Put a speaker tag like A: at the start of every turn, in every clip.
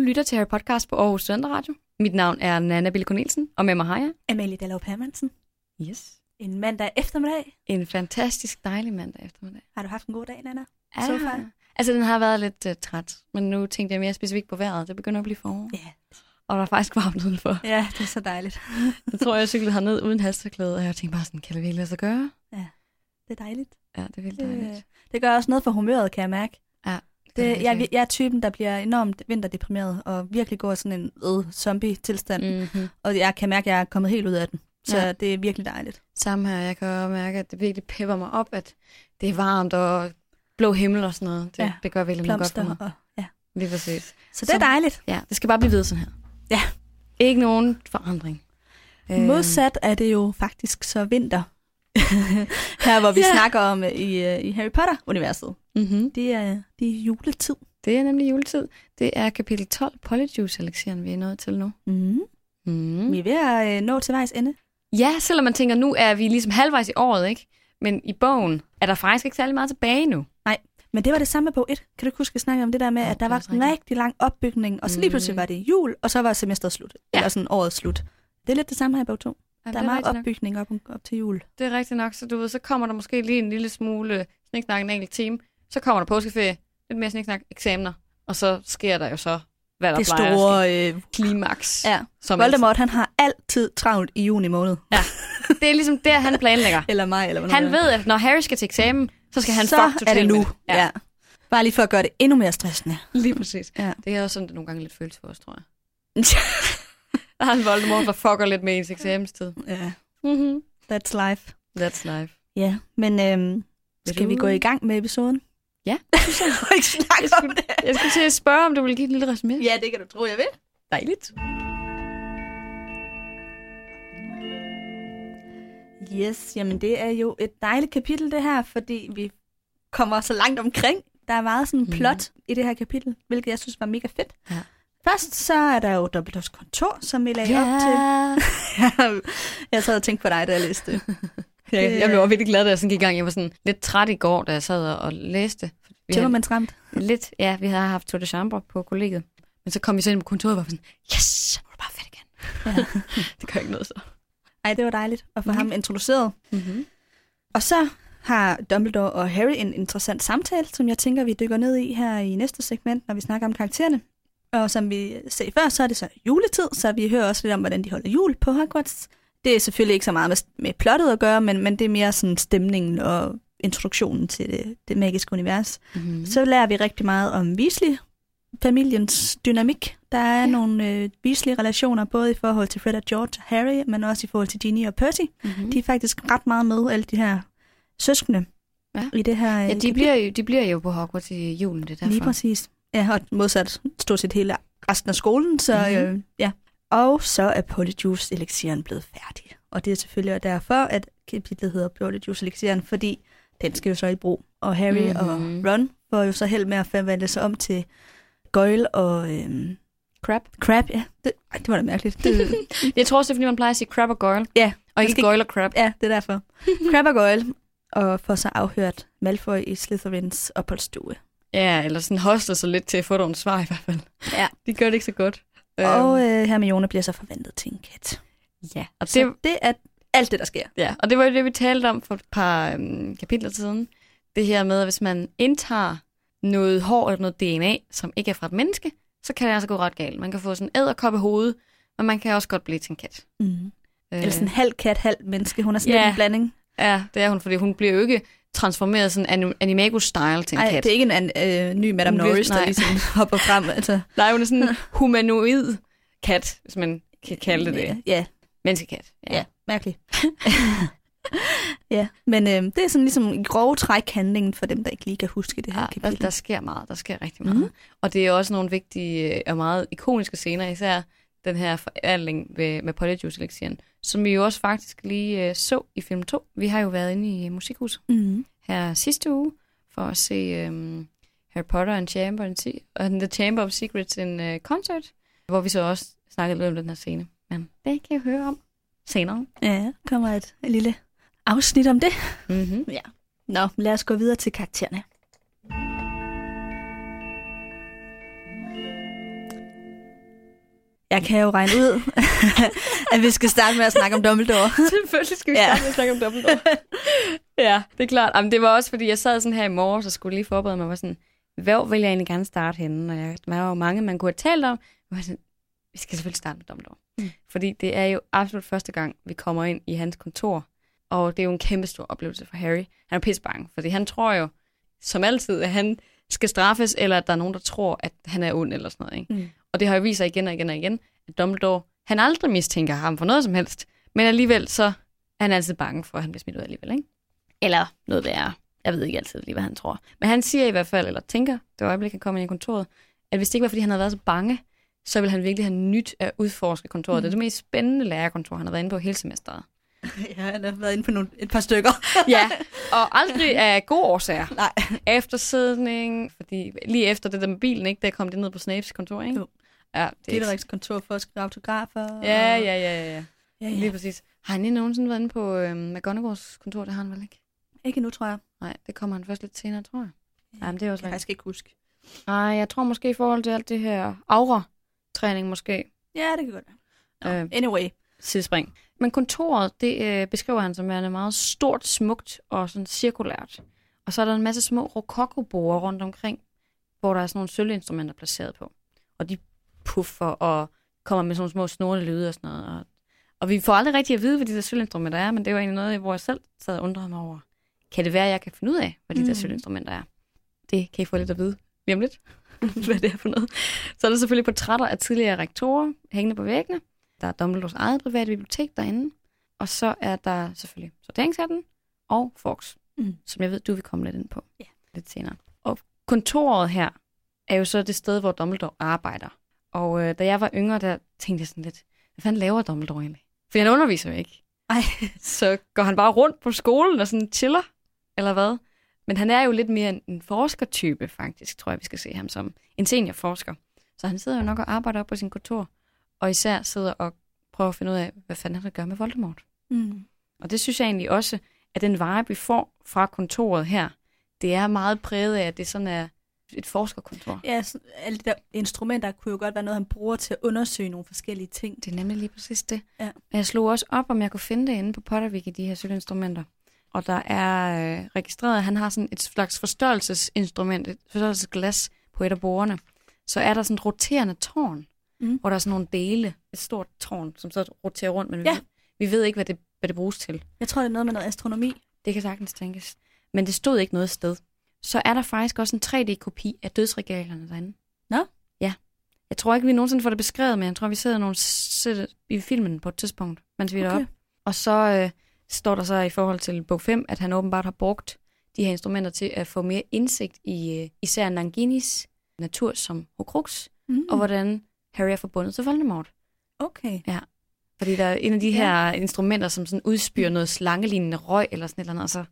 A: lytter til Harry Podcast på Aarhus Sønder Radio. Mit navn er Nana Bille Cornelsen, og med mig har jeg...
B: Amalie Dallov Hermansen.
A: Yes.
B: En mandag eftermiddag.
A: En fantastisk dejlig mandag eftermiddag.
B: Har du haft en god dag, Nana?
A: Ja.
B: So far?
A: Altså, den har været lidt uh, træt, men nu tænkte jeg mere specifikt på vejret. Det begynder at blive forår,
B: Ja.
A: og der er faktisk varmt udenfor.
B: Ja, det er så dejligt.
A: Jeg tror, jeg cyklede herned uden halsterklæde, og jeg tænkte bare sådan, kan det virkelig lade sig gøre?
B: Det er dejligt.
A: Ja, det er vildt
B: Det-
A: dejligt.
B: Det gør også noget for humøret, kan jeg mærke.
A: kan
B: Det, jeg,
A: virkelig.
B: jeg er typen, der bliver enormt vinterdeprimeret og virkelig går sådan en øh, zombie-tilstand. Mm.
A: Mhm.
B: Og jeg kan mærke, at jeg er kommet helt ud af den. Så
A: Ja.
B: ja. det er virkelig dejligt.
A: Samme her, jeg kan også mærke, at det virkelig pepper mig op, at det er varmt og blå himmel og sådan noget. Det, ja.
B: Ja.
A: det gør virkelig noget godt for
B: Blomster
A: mig.
B: og... Ja.
A: Lige præcis.
B: Så det er
A: Som-
B: dejligt.
A: Ja, det skal bare blive ved sådan her.
B: Ja.
A: Ikke nogen forandring.
B: Øhm.
A: Øhm,
B: Modsat er det jo faktisk så vinter. Her, hvor vi
A: Ja.
B: ja. snakker om øh, i, øh, i Harry Potter-universet.
A: Mhm.
B: Det er, det er juletid.
A: Det er nemlig juletid. Det er kapitel 12, Polyjuice-elixiren, vi er nået til nu.
B: Mm.
A: Mm.
B: Vi er ved at øh, nå til vejs ende.
A: Ja, selvom man tænker, nu er vi ligesom halvvejs i året, ikke? Men i bogen er der faktisk ikke særlig meget tilbage nu.
B: Men det var det samme med bog 1. Kan du ikke huske, at snakke om det der med,
A: Jo,
B: at
A: det
B: der
A: er
B: var
A: også
B: en
A: rigtigt.
B: rigtig lang opbygning, og så lige pludselig
A: Mm.
B: var det jul, og så var semesteret slut.
A: Ja.
B: Ja. Eller sådan året slut. Det er lidt det samme her i bog 2. Der
A: Jamen,
B: er
A: det
B: meget
A: rigtigt nok.
B: opbygning op, op til jul.
A: Det er rigtigt nok, så du ved, så kommer der måske lige en lille smule sniksnak en enkelt time, så kommer der påskeferie, lidt mere sniksnak, eksamener, og så sker der jo så, hvad der
B: Det
A: plejer
B: store...
A: at
B: Øh,
A: ske. Klimaks.
B: ja.
A: som
B: Voldemort, han har altid travlt i juni måned.
A: altid. Det er ligesom der, han planlægger.
B: Eller maj, eller hvornår
A: Han
B: det er.
A: ved, at når Harry skal til eksamen, så skal han
B: så
A: fuck
B: er
A: totalt
B: det nu.
A: med
B: Ja.
A: Ja,
B: ja. Bare lige for at gøre det endnu mere stressende.
A: lige præcis.
B: Ja.
A: Det er også sådan, det nogle gange lidt føles for os, tror jeg. Der er en Voldemort, der fucker lidt med ens eksamenstid.
B: ja.
A: Mm-hmm.
B: That's life.
A: That's life.
B: Ja, men øhm,
A: Vil
B: skal
A: du-
B: vi gå i gang med episoden?
A: Ja.
B: jeg må ikke snakke om det.
A: Jeg skulle til at spørge, om du vil give et lille resumé.
B: Ja, det kan du tro, jeg vil.
A: dejligt.
B: Yes, jamen det er jo et dejligt kapitel det her, fordi vi kommer så langt omkring. Der er meget sådan
A: Mhm.
B: plot mm. i det her kapitel, hvilket jeg synes var mega fedt.
A: Ja.
B: Først så er der jo Dumbledores kontor, som vi lagde op til. jeg sad og tænkte på dig, da jeg læste det.
A: Jeg,
B: Det-
A: jeg blev også virkelig glad, da jeg sådan gik i gang. Jeg var sådan lidt træt i går, da jeg sad og- og læste. Vi havde,
B: Tømmermandsramt.
A: lidt, ja, vi havde haft Tour de Chambre på kollegiet. Men så kom vi så ind på kontoret og var sådan, yes, så må du bare fedt igen.
B: Ja.
A: det gør ikke noget så.
B: Ej, det var dejligt at få
A: Mhm.
B: mm. ham introduceret.
A: Mm-hmm.
B: Og så har Dumbledore og Harry en interessant samtale, som jeg tænker, vi dykker ned i her i næste segment, når vi snakker om karaktererne. Og som vi ser før, så er det så juletid, så vi hører også lidt om, hvordan de holder jul på Hogwarts. Det er selvfølgelig ikke så meget med, med plottet at gøre, men, men det er mere sådan stemningen og introduktionen til det, det magiske univers.
A: Mm-hmm.
B: Mm. Så lærer vi rigtig meget om Weasley-familiens dynamik. Der er ja. nogle øh, Weasley-relationer, både i forhold til Fred og George og Harry, men også i forhold til Ginny og Percy.
A: Mm-hmm.
B: De er faktisk ret meget med, alle de her søskende
A: Ja.
B: ja. i det her.
A: ja,
B: øh,
A: de bliver, jo, de bliver jo på Hogwarts i julen, det er derfor.
B: Lige præcis. Ja, og modsat stort set hele resten af skolen, så
A: Mhm.
B: mm-hmm. øh, ja. Og så er Polyjuice-elixiren blevet færdig. Og det er selvfølgelig også derfor, at kapitlet hedder Polyjuice-elixiren, fordi den skal jo så i brug. Og Harry mm-hmm. og
A: Mhm.
B: Ron får jo så held med at forvandle sig om til Goyle og øh,
A: Crab.
B: Crab. Ja, det, ej, det var da mærkeligt. Det,
A: Jeg tror også, det er, fordi man plejer at sige crab og girl.
B: Ja,
A: Og
B: man
A: ikke
B: skal
A: girl og crab.
B: ja, det er derfor. Crab og Goyle og får så afhørt Malfoy i Slytherins opholdsstue.
A: Ja, eller sådan hoster sig lidt til at få nogle svar i hvert fald.
B: Ja.
A: De gør det ikke så godt.
B: Og
A: Øhm,
B: øh, Hermione bliver så forvandlet til en kat.
A: ja, og det,
B: Så det er alt det, der sker.
A: Ja, og det var jo det, vi talte om for et par øhm, kapitler siden. Det her med, at hvis man indtager noget hår eller noget DNA, som ikke er fra et menneske, så kan det altså gå ret galt. Man kan få sådan en æderkop i hovedet, men man kan også godt blive til en kat.
B: Mm.
A: Øh,
B: Eller sådan halv kat, halv menneske. Hun er sådan
A: Ja.
B: yeah. en blanding.
A: Øh, Ja, det er hun, fordi hun bliver jo ikke transformeret sådan anim- animagus-style til en
B: Ej,
A: kat.
B: det er ikke en an, øh, ny Madame
A: Hun bliver-
B: Norris,
A: nej.
B: der ligesom hopper frem. Altså,
A: Nej, hun er sådan en humanoid kat, hvis man kan kalde det
B: Ja,
A: det.
B: ja,
A: Menneskekat. Ja.
B: ja. mærkeligt. ja, men øh, det er sådan ligesom i grove træk handlingen for dem, der ikke lige kan huske det her
A: Ja,
B: ja,
A: der,
B: kapitel.
A: der
B: Der,
A: sker meget, der sker rigtig meget.
B: Mhm.
A: Mm. Og det er også nogle vigtige øh, og meget ikoniske scener, især den her forandring ved, med Polyjuice-lektien, som vi jo også faktisk lige øh, så i film 2. Vi har jo været inde i øh, Musikhuset
B: mm.
A: her sidste uge for at se øhm, Harry Potter and, Chamber and, Se- and the Chamber of Secrets in uh, Concert, hvor vi så også snakkede lidt om den her scene. Men det kan I høre om senere.
B: Ja, kommer et lille afsnit om det.
A: Mm-hmm.
B: Nå, lad os gå videre til karaktererne. Jeg kan jo regne ud, at vi skal starte med at snakke om Dumbledore.
A: Selvfølgelig skal vi
B: Ja.
A: starte med at snakke om Dumbledore. ja, det er klart. Jamen, det var også, fordi jeg sad sådan her i morges og skulle lige forberede mig. og Var sådan, hvor vil jeg egentlig gerne starte henne? Og jeg, der var jo mange, man kunne have talt om. Jeg var sådan, vi skal selvfølgelig starte med Dumbledore.
B: Mm.
A: Mm. Fordi det er jo absolut første gang, vi kommer ind i hans kontor. Og det er jo en kæmpe stor oplevelse for Harry. Han er pisse bange, fordi han tror jo, som altid, at han skal straffes, eller at der er nogen, der tror, at han er ond eller sådan noget. Ikke?
B: Mm.
A: Og det har jo vist sig igen og igen og igen, at Dumbledore, han aldrig mistænker ham for noget som helst. Men alligevel så er han altid bange for, at han bliver smidt ud alligevel, ikke? Eller noget værre. Jeg ved ikke altid lige, hvad han tror. Men han siger i hvert fald, eller tænker, det øjeblik, han kommer ind i kontoret, at hvis det ikke var, fordi han havde været så bange, så ville han virkelig have nyt at udforske kontoret. Mm. Det er det mest spændende lærerkontor, han har været inde på hele semesteret.
B: Ja, han har været inde på nogle, et par stykker.
A: Ja, og aldrig af gode årsager.
B: Nej.
A: Eftersidning, fordi lige efter det der med bilen, ikke, der kom det ned på Snapes kontor, ikke?
B: Jo.
A: Ja, det er ikke...
B: Dilericks kontor for at skrive autografer.
A: Ja,
B: og-
A: ja, ja, ja, ja.
B: ja,
A: Lige
B: ja.
A: præcis. Har han lige nogensinde været inde på øhm, McGonagalls kontor? Det har han vel ikke?
B: Ikke nu, tror jeg.
A: Nej, det kommer han først lidt senere, tror jeg. Jamen, det er
B: Jeg
A: også
B: kan
A: langt.
B: faktisk ikke huske.
A: Nej, jeg tror måske i forhold til alt det her aura-træning måske.
B: Ja, det kan godt være. Nå,
A: Øh.
B: Anyway.
A: Sidespring. Men kontoret, det øh, beskriver han som værende meget stort, smukt og sådan cirkulært. Og så er der en masse små rokokoborde rundt omkring, hvor der er sådan nogle sølvinstrumenter placeret på. Og de puffer og kommer med sådan nogle små snorlige lyde og sådan noget. Og, og vi får aldrig rigtig at vide, hvad de der sølvinstrumenter er, men det var egentlig noget, hvor jeg selv sad og undrede mig over. Kan det være, at jeg kan finde ud af, hvad de mm. der
B: Mm.
A: sølvinstrumenter er? Det kan I få lidt at vide lige om lidt, hvad det er for noget. Så er der selvfølgelig portrætter af tidligere rektorer hængende på væggene. Der er Dumbledores eget private bibliotek derinde. Og så er der selvfølgelig sorteringshatten og Fox,
B: Mm.
A: mm. som jeg ved, du vil komme lidt ind på
B: Ja.
A: lidt senere. Og kontoret her er jo så det sted, hvor Dumbledore arbejder. Og øh, da jeg var yngre, der tænkte jeg sådan lidt, hvad fanden laver Dumbledore egentlig? For han underviser jo ikke.
B: Ej.
A: Så går han bare rundt på skolen og sådan chiller, eller hvad? Men han er jo lidt mere en- en forskertype, faktisk, tror jeg, vi skal se ham som. En seniorforsker. Så han sidder jo nok og arbejder op på sin kontor, og især sidder og prøver at finde ud af, hvad fanden han skal gøre med Voldemort.
B: Mm.
A: Og det synes jeg egentlig også, at den vibe, vi får fra kontoret her, det er meget præget af, at det sådan er et forskerkontor.
B: Ja, sådan, alle de der instrumenter kunne jo godt være noget, han bruger til at undersøge nogle forskellige ting.
A: Det er nemlig lige præcis det.
B: Ja.
A: Og Jeg slog også op, om jeg kunne finde det inde på Pottervik i de her sølvinstrumenter. Og der er øh, registreret, at han har sådan et slags forstørrelsesinstrument, et forstørrelsesglas på et af bordene. Så er der sådan et roterende tårn,
B: Mm.
A: mm. hvor der er sådan nogle dele, et stort tårn, som så roterer rundt, men
B: Ja.
A: ja. vi, vi ved ikke, hvad det, hvad det bruges til.
B: Jeg tror, det er noget med noget astronomi.
A: Det kan sagtens tænkes. Men det stod ikke noget sted. Så er der faktisk også en 3D-kopi af dødsregalerne derinde.
B: Nå.
A: Ja. Jeg tror ikke, vi nogensinde får det beskrevet, men jeg tror, vi sidder nogle sidder i filmen på et tidspunkt, mens vi er
B: Okay.
A: deroppe. Og så øh, står der så i forhold til bog 5, at han åbenbart har brugt de her instrumenter til at få mere indsigt i øh, især Nanginis natur som Horcrux, mm.
B: Mm.
A: og hvordan Harry er forbundet til Voldemort.
B: Okay.
A: Fordi der er en af de her instrumenter, som sådan udspyrer noget slangelignende røg eller sådan et eller andet, og så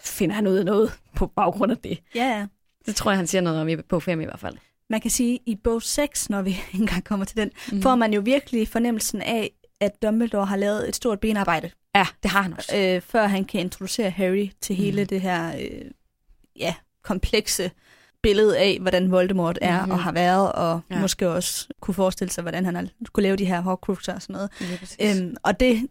A: finder han ud af noget på baggrund af det.
B: Ja, ja.
A: Det tror jeg, han siger noget om i på 5 i hvert fald.
B: Man kan sige, at i bog 6, når vi ikke engang kommer til den,
A: Mhm.
B: mm. får man jo virkelig fornemmelsen af, at Dumbledore har lavet et stort benarbejde,
A: Ja, det har han også.
B: øh, før han kan introducere Harry til
A: Mm.
B: hele det her øh, ja, komplekse billede af, hvordan Voldemort er
A: Mhm.
B: og har været, og ja.
A: Ja.
B: måske også kunne forestille sig, hvordan han har, kunne lave de her Horcruxer og sådan noget.
A: Øhm,
B: Øhm, og det,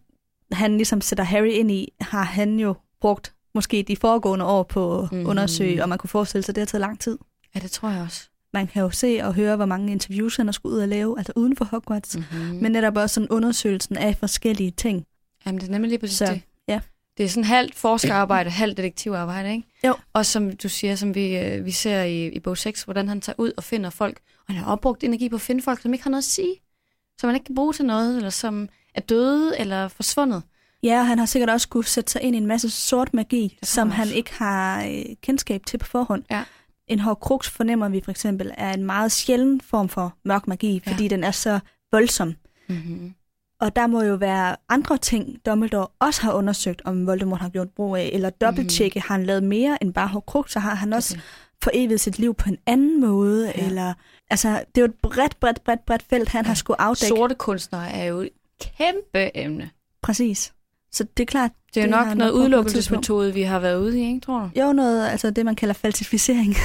B: han ligesom sætter Harry ind i, har han jo brugt måske de foregående år på at
A: Mhm.
B: undersøge, og man kunne forestille sig, at det har taget lang tid.
A: ja, det tror jeg også.
B: Man kan jo se og høre, hvor mange interviews han har skulle ud og lave, altså uden for Hogwarts.
A: Mm-hmm.
B: Men netop også sådan undersøgelsen af forskellige ting.
A: Jamen, det er nemlig lige præcis
B: Så,
A: så, det.
B: ja.
A: Det er sådan halvt forskerarbejde, halvt detektivarbejde, ikke?
B: Jo.
A: Og som du siger, som vi, øh, vi ser i, i bog 6, hvordan han tager ud og finder folk, og han har opbrugt energi på at finde folk, som ikke har noget at sige, som han ikke kan bruge til noget, eller som er døde eller forsvundet.
B: Ja, og han har sikkert også kunne sætte sig ind i en masse sort magi,
A: jeg
B: som han
A: også.
B: ikke har øh, kendskab til på forhånd.
A: Ja.
B: En hårdkruks fornemmer vi for eksempel er en meget sjælden form for mørk magi,
A: Ja.
B: fordi den er så voldsom.
A: Mm-hmm.
B: Og der må jo være andre ting, Dumbledore også har undersøgt, om Voldemort har gjort brug af, eller dobbelttjekke, mm. har han lavet mere end bare hårdkruks, så har han også forevet sit liv på en anden måde, ja.
A: Ja.
B: eller... Altså, det er jo et bredt, bredt, bredt, bredt felt, han ja. har skulle afdække.
A: Sorte kunstnere er jo et kæmpe emne.
B: Præcis. Så det er klart...
A: Det er jo
B: det har
A: nok
B: han
A: noget
B: nok brugt på et
A: udelukkelsesmetode, vi har været ude i, ikke, tror du?
B: Jo, noget, altså det, man kalder falsificering.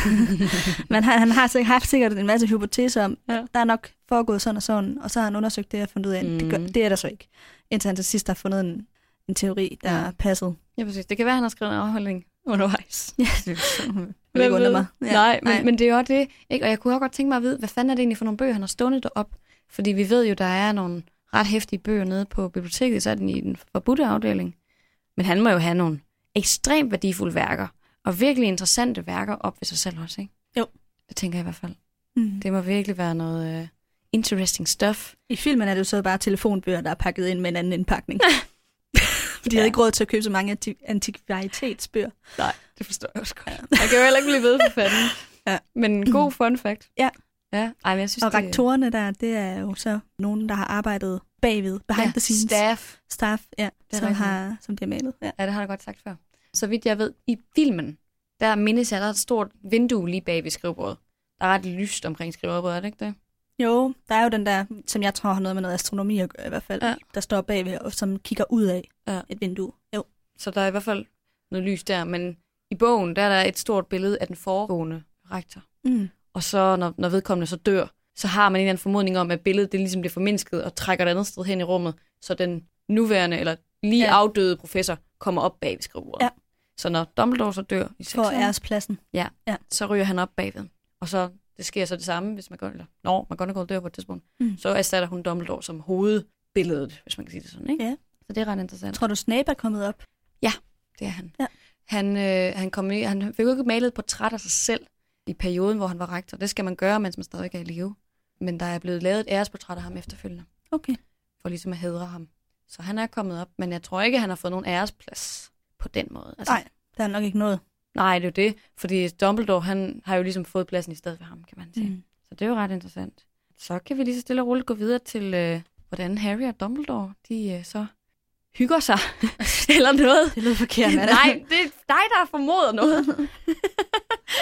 B: man har, han har sikkert, haft sikkert en masse hypoteser om,
A: Ja.
B: ja. der er nok foregået sådan og sådan, og så har han undersøgt det og fundet ud af, mm. det, gør,
A: Mhm.
B: det er der så ikke. Indtil han til sidst har fundet en, en teori, der
A: Ja.
B: ja. passede.
A: Ja, præcis. Det kan være, han har skrevet en afholdning undervejs.
B: Ja, det er så- vil
A: Hvem
B: ikke undre
A: ved?
B: mig.
A: Ja, nej, men, men det er jo det. Ikke? Og jeg kunne også godt tænke mig at vide, hvad fanden er det egentlig for nogle bøger, han har stående derop? Fordi vi ved jo, der er nogle ret hæftige bøger nede på biblioteket, så er den i den forbudte afdeling. Men han må jo have nogle ekstremt værdifulde værker, og virkelig interessante værker op ved sig selv også, ikke?
B: Jo.
A: Det tænker jeg i hvert fald.
B: Mm.
A: Det må virkelig være noget uh, interesting stuff.
B: I filmen er det jo så bare telefonbøger, der er pakket ind med en anden indpakning. Fordi de havde
A: Ja.
B: ikke råd til at købe så mange anti- antikvaritetsbøger.
A: Det forstår jeg også godt. Jeg kan jo heller ikke blive ved for fanden.
B: Ja.
A: Men god fun fact.
B: Ja.
A: Ja, Ej, men jeg synes,
B: Og
A: det
B: rektorerne der, det er jo så nogen, der har arbejdet bagved, behind ja, the scenes.
A: Staff.
B: staff, ja,
A: er
B: som,
A: rigtigt.
B: har, som de har malet. Ja.
A: Ja, det har jeg godt sagt før. Så vidt jeg ved, i filmen, der mindes jeg, der er et stort vindue lige bag ved skrivebordet. Der er ret lyst omkring skrivebordet, er det ikke det?
B: Jo, der er jo den der, som jeg tror har noget med noget astronomi at gøre i hvert fald,
A: Ja.
B: ja. der står bagved, og som kigger ud af
A: Ja.
B: ja. et vindue. Jo.
A: Så der er i hvert fald noget lys der, men i bogen, der er der et stort billede af den foregående rektor.
B: Mm.
A: Og så, når, når vedkommende så dør, så har man en eller anden formodning om, at billedet det ligesom bliver formindsket og trækker et andet sted hen i rummet, så den nuværende eller lige ja.
B: Ja.
A: afdøde professor kommer op bag ved skrivebordet.
B: Ja.
A: Så når Dumbledore så dør i
B: For
A: sekseren,
B: ærespladsen.
A: så ryger han op bagved. Og så det sker så det samme, hvis man går, eller når man går dør på et tidspunkt. Mm.
B: Mm.
A: Så erstatter hun Dumbledore som hovedbilledet, hvis man kan sige det sådan, ikke?
B: Ja.
A: Så det er ret interessant.
B: Tror du, Snape er kommet op?
A: Det er han.
B: Ja.
A: Han, øh, han, kom i, han fik jo ikke malet et portræt af sig selv i perioden, hvor han var rektor. Det skal man gøre, mens man stadig er i live. Men der er blevet lavet et æresportræt af ham efterfølgende,
B: Okay.
A: for ligesom at hedre ham. Så han er kommet op, men jeg tror ikke, han har fået nogen æresplads på den måde. Altså,
B: Nej. Der er nok ikke noget.
A: nej, det er jo det, fordi Dumbledore, han har jo ligesom fået pladsen i stedet for ham, kan man sige.
B: Mm.
A: Så det er jo ret interessant. Så kan vi lige så stille og roligt gå videre til, øh, hvordan Harry og Dumbledore, de øh, så hygger sig, eller noget.
B: Det lød forkert, Anna.
A: Nej, det er dig, der har formodet noget.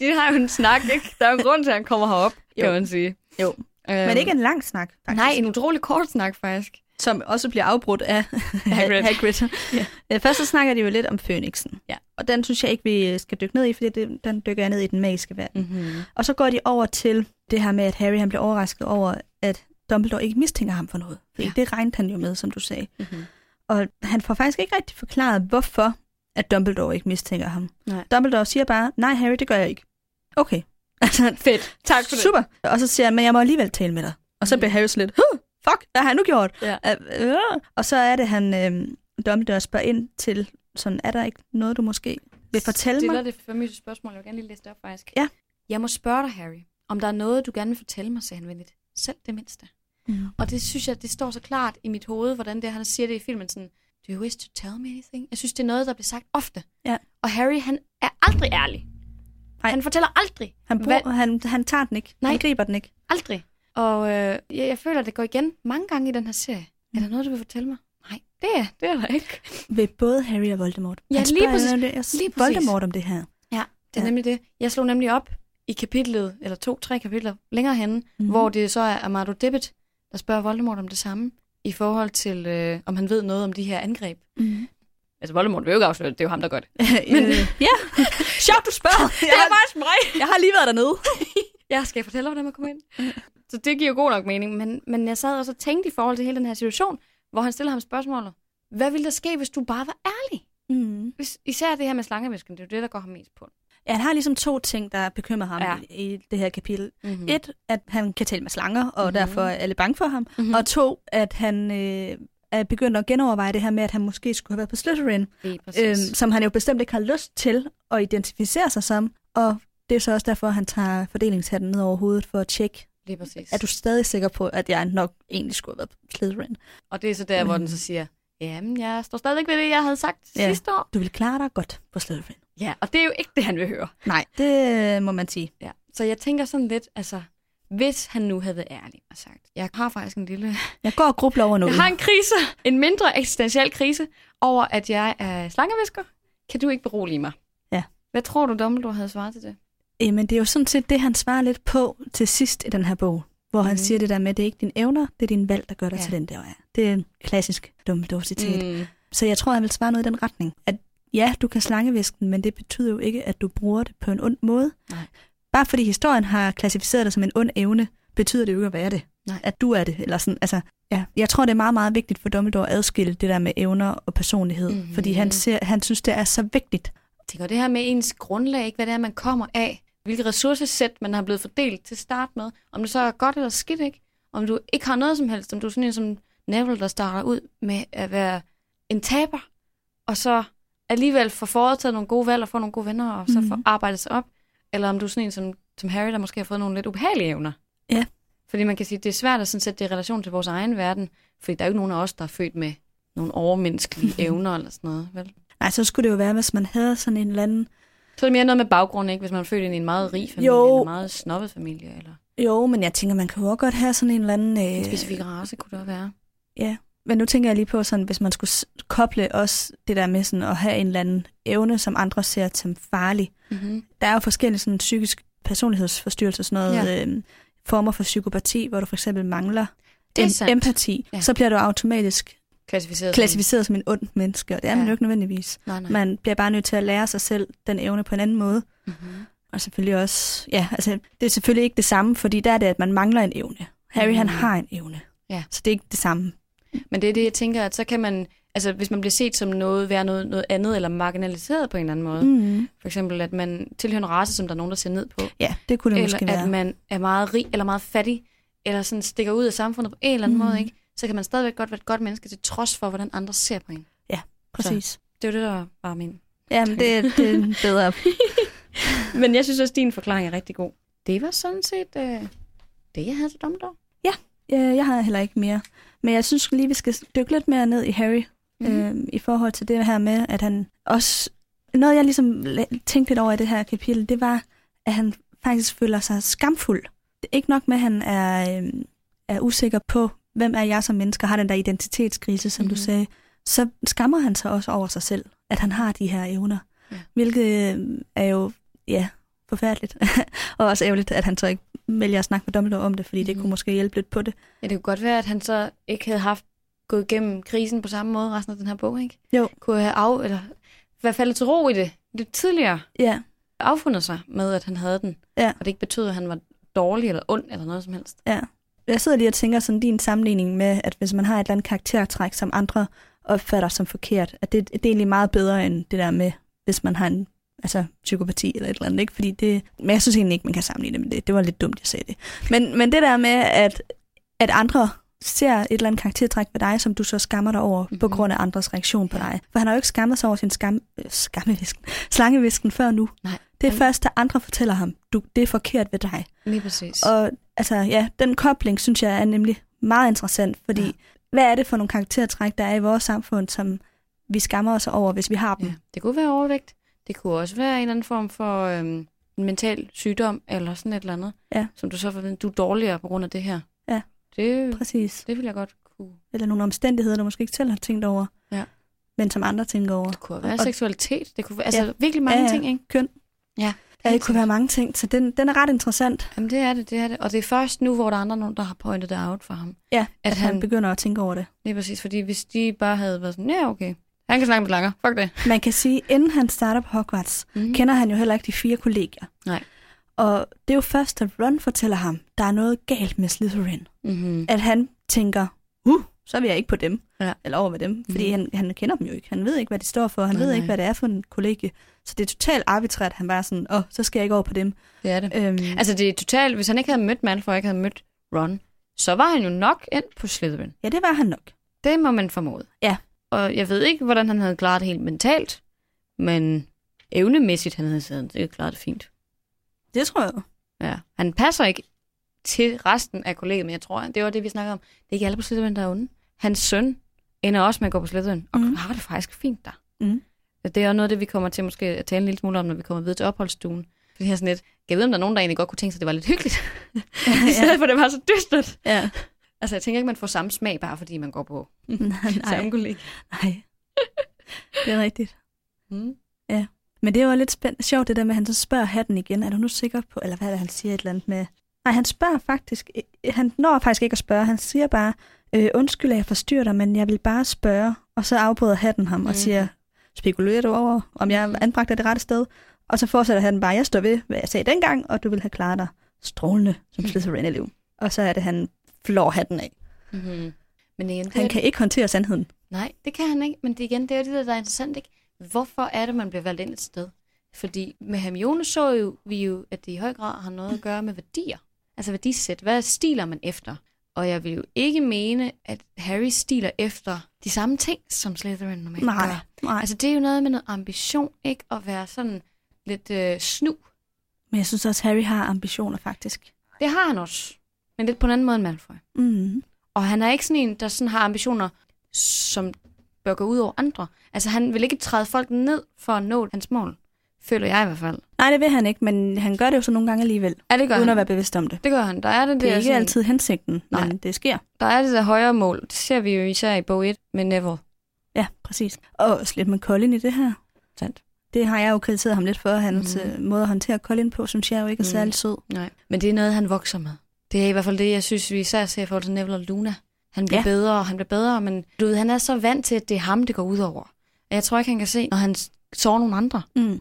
A: de har jo en snak, ikke? Der er jo en grund til, at han kommer herop, jo. kan
B: Jo.
A: man sige.
B: Jo.
A: Øhm,
B: Men ikke en lang snak, faktisk.
A: Nej, en utrolig kort snak, faktisk.
B: Som også bliver afbrudt af
A: Hagrid.
B: Hagrid. Hagrid.
A: Ja.
B: ja. Øh, Først så snakker de jo lidt om Fønixen.
A: Ja.
B: Og den synes jeg ikke, vi skal dykke ned i, fordi det, den dykker jeg ned i den magiske verden.
A: Mm-hmm.
B: Og så går de over til det her med, at Harry han bliver overrasket over, at Dumbledore ikke mistænker ham for noget. Fordi
A: Ja.
B: ja. det regnede han jo med, som du sagde.
A: Mm-hmm.
B: Og han får faktisk ikke rigtig forklaret, hvorfor at Dumbledore ikke mistænker ham.
A: Nej.
B: Dumbledore siger bare, nej Harry, det gør jeg ikke. Okay. Altså,
A: Fedt. Tak for det. Mm.
B: super. Og så siger han, men jeg må alligevel tale med dig. Og så bliver Harry sådan lidt, huh, fuck, hvad har han nu gjort?
A: Ja.
B: Øh, øh. Og så er det, han øh, Dumbledore spørger ind til, sådan, er der ikke noget, du måske vil fortælle
A: stiller
B: mig?
A: det famøse spørgsmål. Jeg vil gerne lige læse det op, faktisk.
B: Ja.
A: Jeg må spørge dig, Harry, om der er noget, du gerne vil fortælle mig, sagde han venligt. Selv det mindste.
B: Mm.
A: Og det synes jeg, det står så klart i mit hoved, hvordan det er, han siger det i filmen, sådan, do you wish to tell me anything? Jeg synes, det er noget, der bliver sagt ofte.
B: Ja.
A: Og Harry, han er aldrig ærlig.
B: Nej.
A: Han fortæller aldrig.
B: Han,
A: hvad-
B: bruger, han, han tager den ikke.
A: Nej.
B: Han griber den ikke.
A: Aldrig. Og øh, jeg, jeg føler, det går igen mange gange i den her serie. Er
B: Mm.
A: der noget, du vil fortælle mig? Nej, det er, det er der ikke.
B: ved både Harry og Voldemort.
A: Ja,
B: Han
A: lige
B: spørger
A: præcis.
B: jo nemlig også
A: Lige præcis.
B: Voldemort om det her.
A: Ja, det er ja.
B: Ja.
A: nemlig det. Jeg slog nemlig op i kapitlet, eller to-tre kapitler længere henne, mm-hmm. hvor det så er Amado Dibbet, der spørger Voldemort om det samme, i forhold til, øh, om han ved noget om de her angreb.
B: Mm.
A: Altså, Voldemort vil jo ikke afsløre det, det er jo ham, der gør det.
B: Men, ja, sjovt du spørger. Jeg har,
A: faktisk mig!
B: jeg har lige været dernede.
A: Ja, skal jeg fortælle, hvordan man kommer ind? Mm. Så det giver jo god nok mening, men, men jeg sad også og tænkte i forhold til hele den her situation, hvor han stiller ham spørgsmålet. Hvad ville der ske, hvis du bare var ærlig?
B: Mm.
A: Hvis, især det her med slangevæsken, det er jo det, der går ham mest på.
B: Ja, han har ligesom to ting, der bekymrer ham
A: Ja.
B: ja. i, i det her kapitel.
A: Mm-hmm.
B: Mm. Et, at han kan tale med slanger, og
A: Mhm.
B: mm. derfor er alle bange for ham.
A: Mhm.
B: Mm. Og to, at han øh, er begyndt at genoverveje det her med, at han måske skulle have været på Slytherin,
A: Lige
B: øhm,
A: præcis. Øhm,
B: som han jo bestemt ikke har lyst til at identificere sig som. Og det er så også derfor, at han tager fordelingshatten ned over hovedet for at tjekke,
A: Lige præcis.
B: er du stadig sikker på, at jeg nok egentlig skulle have været på Slytherin?
A: Og det er så der, hvor den så siger, jamen, jeg står stadigvæk ved det, jeg havde sagt Mm. ja.
B: Ja.
A: sidste år.
B: du vil klare dig godt på Slytherin.
A: Ja, og det er jo ikke det, han vil høre.
B: Nej, det øh, må man sige.
A: Ja. Så jeg tænker sådan lidt, altså, hvis han nu havde været ærlig og sagt, jeg har faktisk en lille
B: Jeg går og grubler over noget.
A: Jeg har en krise, en mindre eksistentiel krise, over at jeg er slangevisker. Kan du ikke berolige mig?
B: Ja.
A: Hvad tror du, Dumbledore havde svaret til det?
B: Jamen, det er jo sådan set det, han svarer lidt på til sidst i den her bog, hvor han
A: Mhm.
B: siger det der med, det er ikke dine evner, det er din valg, der gør dig
A: Ja.
B: til den der du er. Det er en klassisk Dumbledore-citat. Mm.
A: Mm.
B: Så jeg tror, han vil svare noget i den retning. At ja, du kan slangeviske den, men det betyder jo ikke, at du bruger det på en ond måde.
A: Nej.
B: Bare fordi historien har klassificeret dig som en ond evne, betyder det jo ikke at være det.
A: Nej.
B: At du er det. Eller sådan, altså, ja. Jeg tror, det er meget, meget vigtigt for Dumbledore at adskille det der med evner og personlighed.
A: Mhm.
B: Mm. Fordi han, ser, han synes, det er så vigtigt.
A: Jeg tænker det her med ens grundlag, ikke? hvad det er, man kommer af, hvilket ressourcesæt man har blevet fordelt til start med, om det så er godt eller skidt, ikke? om du ikke har noget som helst, om du er sådan en som Neville, der starter ud med at være en taber, og så alligevel får foretaget nogle gode valg og får nogle gode venner, og så
B: Mhm.
A: får arbejdet sig op, eller om du er sådan en som, som Harry, der måske har fået nogle lidt ubehagelige evner.
B: Ja.
A: Fordi man kan sige, det er svært at sådan sætte det i relation til vores egen verden, fordi der er jo ikke nogen af os, der er født med nogle overmenneskelige evner eller sådan noget, vel?
B: Nej, så skulle det jo være, hvis man havde sådan en eller anden
A: Så er det mere noget med baggrund, ikke? Hvis man er født ind i en meget rig familie,
B: Jo.
A: eller en meget snobbet familie, eller
B: Jo, men jeg tænker, man kan jo også godt have sådan en eller anden...
A: en
B: Øh,
A: specifik race, kunne det også være.
B: men nu tænker jeg lige på, sådan, hvis man skulle s- koble også det der med sådan, at have en eller anden evne, som andre ser som farlig.
A: Mm-hmm.
B: Der er jo forskellige sådan, psykisk personlighedsforstyrrelser, sådan noget,
A: Ja.
B: ja. øh, former for psykopati, hvor du for eksempel mangler
A: Det er
B: em-
A: sandt.
B: empati.
A: Ja.
B: Ja. Så bliver du automatisk
A: Klassificeret. som-
B: klassificeret som en ond menneske, og det er man
A: Ja.
B: jo ikke nødvendigvis.
A: Nej, nej.
B: Man bliver bare nødt til at lære sig selv den evne på en anden måde.
A: Mm-hmm.
B: Og selvfølgelig også, ja, altså det er selvfølgelig ikke det samme, fordi der er det, at man mangler en evne. Harry, mm. han
A: Mhm.
B: har en evne.
A: Ja.
B: Så det er ikke det samme.
A: Men det er det, jeg tænker, at så kan man... Altså, hvis man bliver set som noget, være noget, noget andet, eller marginaliseret på en eller anden måde. Mm.
B: Mm.
A: For eksempel, at man tilhører en race, som der er nogen, der ser ned på.
B: Ja, det kunne det
A: Eller
B: måske
A: at
B: være.
A: man er meget rig, eller meget fattig, eller sådan stikker ud af samfundet på en eller anden mm.
B: Mhm.
A: måde, ikke? Så kan man stadigvæk godt være et godt menneske, til trods for, hvordan andre ser på en.
B: Præcis.
A: Det er jo det, der var min.
B: Jamen, det, det er bedre.
A: Men jeg synes også, din forklaring er rigtig god. Det var sådan set øh, det, jeg havde til domdom.
B: Ja, Jeg har heller ikke mere. Men jeg synes lige, vi skal dykke lidt mere ned i Harry,
A: Mhm.
B: mm. øh, i forhold til det her med, at han også... Noget, jeg ligesom la- tænkte lidt over i det her kapitel, det var, at han faktisk føler sig skamfuld. Det er ikke nok med, at han er, øh, er usikker på, hvem er jeg som menneske, og har den der identitetskrise, som mm. du
A: Mhm.
B: sagde. Så skammer han sig også over sig selv, at han har de her evner.
A: Ja.
B: Ja. Hvilket øh, er jo, ja, forfærdeligt. og også ærgerligt, at han så ikke vælger at snakke med Dumbledore om det, fordi mm. det
A: Mhm.
B: kunne måske hjælpe lidt på det.
A: Ja, det kunne godt være, at han så ikke havde haft gået igennem krisen på samme måde resten af den her bog, ikke?
B: Jo.
A: Kunne have af, eller være faldet til ro i det lidt tidligere,
B: Ja,
A: affundet sig med, at han havde den.
B: Ja.
A: Og det ikke betød, at han var dårlig eller ond eller noget som helst.
B: jeg sidder lige og tænker sådan din sammenligning med, at hvis man har et eller andet karaktertræk, som andre opfatter som forkert, at det, det er egentlig meget bedre end det der med, hvis man har en altså, psykopati eller et eller andet, ikke? Fordi det, men jeg synes egentlig ikke, man kan sammenligne det med det. Det var lidt dumt, jeg sagde det. Men, men det der med, at, at andre ser et eller andet karaktertræk ved dig, som du så skammer dig over mm-hmm. på
A: Mhm.
B: grund af andres reaktion på dig. For han har jo ikke skammet sig over sin skam, øh, skammevisken, slangevisken før nu.
A: Nej.
B: Det er
A: Han-
B: først, da andre fortæller ham, du, det er forkert ved dig.
A: Lige præcis.
B: Og altså, ja, den kobling, synes jeg, er nemlig meget interessant, fordi
A: Ja.
B: ja. hvad er det for nogle karaktertræk, der er i vores samfund, som vi skammer os over, hvis vi har dem?
A: Ja. Det kunne være overvægt. Det kunne også være en eller anden form for øhm, en mental sygdom eller sådan et eller andet.
B: Ja.
A: Som du så får at vide, du er dårligere på grund af det her.
B: Ja.
A: Det,
B: Præcis.
A: det ville jeg godt kunne.
B: Eller nogle omstændigheder, du måske ikke selv har tænkt over,
A: Ja.
B: men som andre tænker over.
A: Det kunne være
B: Og-
A: seksualitet. Det kunne være, altså
B: Ja.
A: virkelig mange
B: Ja, ja.
A: ting, ikke?
B: Køn.
A: Ja.
B: Ja, det kunne være mange ting, så den, den er ret interessant,
A: Jamen det er det, det er det. Og det er først nu, hvor der er andre nogen, der har pointet det out for ham.
B: ja,
A: At
B: at, at han,
A: han-
B: han begynder at tænke over det.
A: Det er præcis, fordi hvis de bare havde været sådan, ja okay, han kan snakke med slanger, fuck det.
B: Man kan sige, inden han starter på Hogwarts,
A: Mm-hmm.
B: kender han jo heller ikke de fire kolleger.
A: Nej.
B: Og det er jo først, da Ron fortæller ham, der er noget galt med Slytherin.
A: Mm-hmm.
B: at han tænker, uh, så vil jeg ikke på dem,
A: Ja. Mm.
B: ja. eller over med dem, fordi han, han kender dem jo ikke. Han ved ikke, hvad de står for, han
A: Nej,
B: ved
A: nej.
B: ikke, hvad det er for en kollegie. Så det er totalt arbitrært, han bare er sådan, åh, oh, så skal jeg ikke over på dem.
A: Det er det.
B: Øhm,
A: Altså det er totalt, hvis han ikke havde mødt Malfoy, og ikke havde mødt Ron, så var han jo nok ind på Slytherin.
B: ja, det var han nok.
A: Det må man formode.
B: Ja.
A: Og jeg ved ikke, hvordan han havde klaret det helt mentalt, men evnemæssigt han havde sådan, det klaret det fint.
B: Det tror jeg.
A: Ja. Han passer ikke til resten af kollegiet, men jeg tror, det var det, vi snakkede om. Det er ikke alle på Slytherin, der er onde. Hans søn ender også med at gå på Slytherin, og mm.
B: Mhm.
A: har det faktisk fint der.
B: Mhm.
A: Så Det er også noget af det, vi kommer til måske at tale en lille smule om, når vi kommer videre til opholdsstuen. Fordi jeg er sådan lidt, jeg ved, om der er nogen, der egentlig godt kunne tænke sig, at det var lidt hyggeligt, i stedet for, at det var så dystert.
B: ja.
A: Altså, jeg tænker ikke, man får samme smag, bare fordi man går på
B: nej,
A: samme
B: nej,
A: kollegie.
B: nej. Det er rigtigt.
A: Mm.
B: Men det var lidt spændende, sjovt, det der med, at han så spørger hatten igen, er du nu sikker på, eller hvad er det, han siger et eller andet med, Nej, han spørger faktisk, øh, han når faktisk ikke at spørge, han siger bare, øh, undskyld, at jeg forstyrrer dig, men jeg vil bare spørge. Og så afbryder hatten ham mm. og siger, spekulerer du over, om jeg er anbragt af det rette sted? Og så fortsætter han bare, jeg står ved, hvad jeg sagde dengang, og du vil have klaret dig strålende som Slytherin-elev. Og så er det, han flår hatten af.
A: Mm-hmm. Men igen, det
B: Han
A: er-
B: kan ikke håndtere sandheden.
A: Nej, det kan han ikke. Men det, igen, det er jo det, der er interessant, ikke? Hvorfor er det, man bliver valgt ind et sted? Fordi med Hermione så jo, vi jo, at det i høj grad har noget at gøre med værdier. Altså værdisæt. Hvad stiler man efter? Og jeg vil jo ikke mene, at Harry stiler efter de samme ting, som Slytherin normalt
B: Nej,
A: gør.
B: nej.
A: Altså det er jo noget med noget ambition, ikke? At være sådan lidt øh, snu.
B: Men jeg synes også, Harry har ambitioner faktisk.
A: Det har han også. Men lidt på en anden måde end Malfoy.
B: Mm.
A: Og han er ikke sådan en, der sådan har ambitioner, som bør gå ud over andre. Altså, han vil ikke træde folk ned for at nå hans mål. Føler jeg i hvert fald.
B: Nej, det vil han ikke, men han gør det jo så nogle gange alligevel,
A: Ja, det gør
B: uden at
A: han.
B: være bevidst om det.
A: Det gør han. Der er det,
B: Det er
A: der,
B: ikke
A: sådan,
B: altid hensigten,
A: Nej.
B: men det sker.
A: der, er det der højere mål. Det ser vi jo især i bog 1 med Neville.
B: Ja, præcis. Og slet med Colin i det her.
A: Sandt.
B: Det har jeg jo kritiseret ham lidt for, hans
A: Mhm.
B: mm. måde at håndtere Colin på, synes jeg jo ikke er
A: Mhm.
B: særlig sød.
A: Nej. Men det er noget, han vokser med. Det er i hvert fald det, jeg synes, vi især ser i forhold til Neville og Luna. Han bliver ja.
B: Ja.
A: bedre, og han bliver bedre, men du ved, han er så vant til, at det er ham, det går ud over. Og jeg tror ikke, han kan se, når han sover nogen andre.
B: Mm.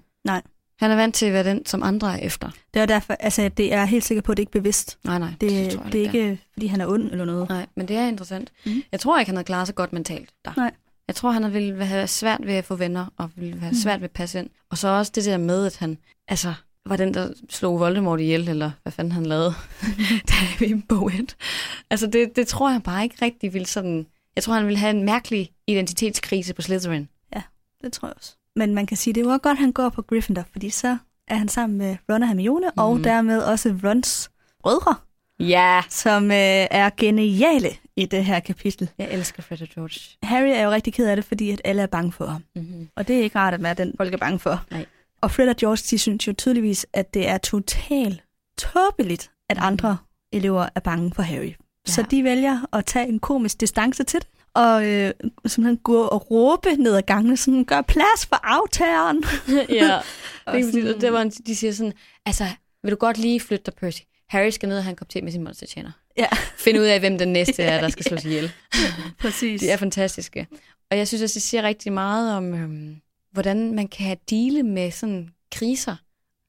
A: Han er vant til at være den, som andre er efter.
B: Det er derfor, altså det er jeg helt sikker på, at det ikke er bevidst.
A: Nej, nej.
B: Det,
A: tror jeg
B: det, det er ikke, fordi han er ond eller noget.
A: Nej, men det er interessant.
B: Mhm.
A: Jeg tror ikke, han havde klaret sig godt mentalt der.
B: Nej.
A: Jeg tror, han ville have svært ved at få venner, og ville have svært ved at passe ind. Og så også det der med, at han altså, var den, der slog Voldemort ihjel, eller hvad fanden han lavede, da vi i bog 1. Altså, det, det tror jeg bare ikke rigtig ville sådan... Jeg tror, han ville have en mærkelig identitetskrise på Slytherin.
B: Det tror jeg også. Men man kan sige, det er jo også godt, at han går på Gryffindor, fordi så er han sammen med Ron og Hermione, mm.
A: Mhm.
B: og dermed også Rons brødre,
A: Ja!
B: som øh, er geniale i det her kapitel.
A: Jeg elsker Fred og George.
B: Harry er jo rigtig ked af det, fordi at alle er bange for ham.
A: Mm-hmm.
B: Og det er ikke rart at være den, folk er bange for.
A: Nej.
B: Og Fred og George, de synes jo tydeligvis, at det er totalt tåbeligt, at andre elever er bange for Harry. Ja. Så
A: Mhm. Ja.
B: de vælger at tage en komisk distance til det, og øh, simpelthen gå og råbe ned ad gangene, sådan, gør plads for aftageren.
A: ja.
B: Og
A: Det, er fordi,
B: sådan-
A: det var, en- de siger sådan, altså, vil du godt lige flytte dig, Percy? Harry skal ned og have en kop te med sin monstertjener.
B: Ja.
A: Finde ud af, hvem den næste er, der skal slås ihjel.
B: Præcis.
A: De er fantastiske. Og jeg synes også, det siger rigtig meget om, øhm, hvordan man kan have deale med sådan kriser. Og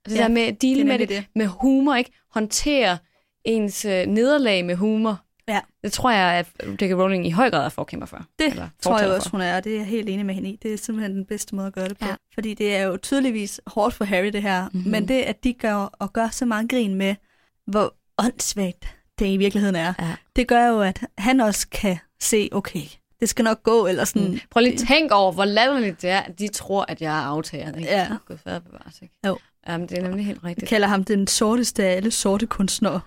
A: Det ja,
B: Ja,
A: der med at deale med
B: nemlig
A: det, det, med humor, ikke? Håndtere ens øh, nederlag med humor.
B: Ja.
A: Det tror jeg, at J.K. Rowling i høj grad er forkæmper for.
B: Det tror jeg
A: fortaler
B: også,
A: for.
B: hun er, og det er jeg helt enig med hende i. Det er simpelthen den bedste måde at gøre det på.
A: Ja.
B: Ja. Fordi det er jo tydeligvis hårdt for Harry, det her.
A: Mhm.
B: Mm-hmm. Men det, at de gør og gør så meget grin med, hvor åndssvagt det i virkeligheden er,
A: Ja.
B: det gør jo, at han også kan se, okay, det skal nok gå, eller sådan.
A: Mm. Prøv lige at tænke over, hvor latterligt det er, at de tror, at jeg er aftageren. Ikke?
B: Ja.
A: Gud fader bevares, ikke?
B: Jo.
A: Jamen, det er nemlig helt
B: Det
A: rigtigt.
B: kalder ham den sorteste af alle sorte kunstnere.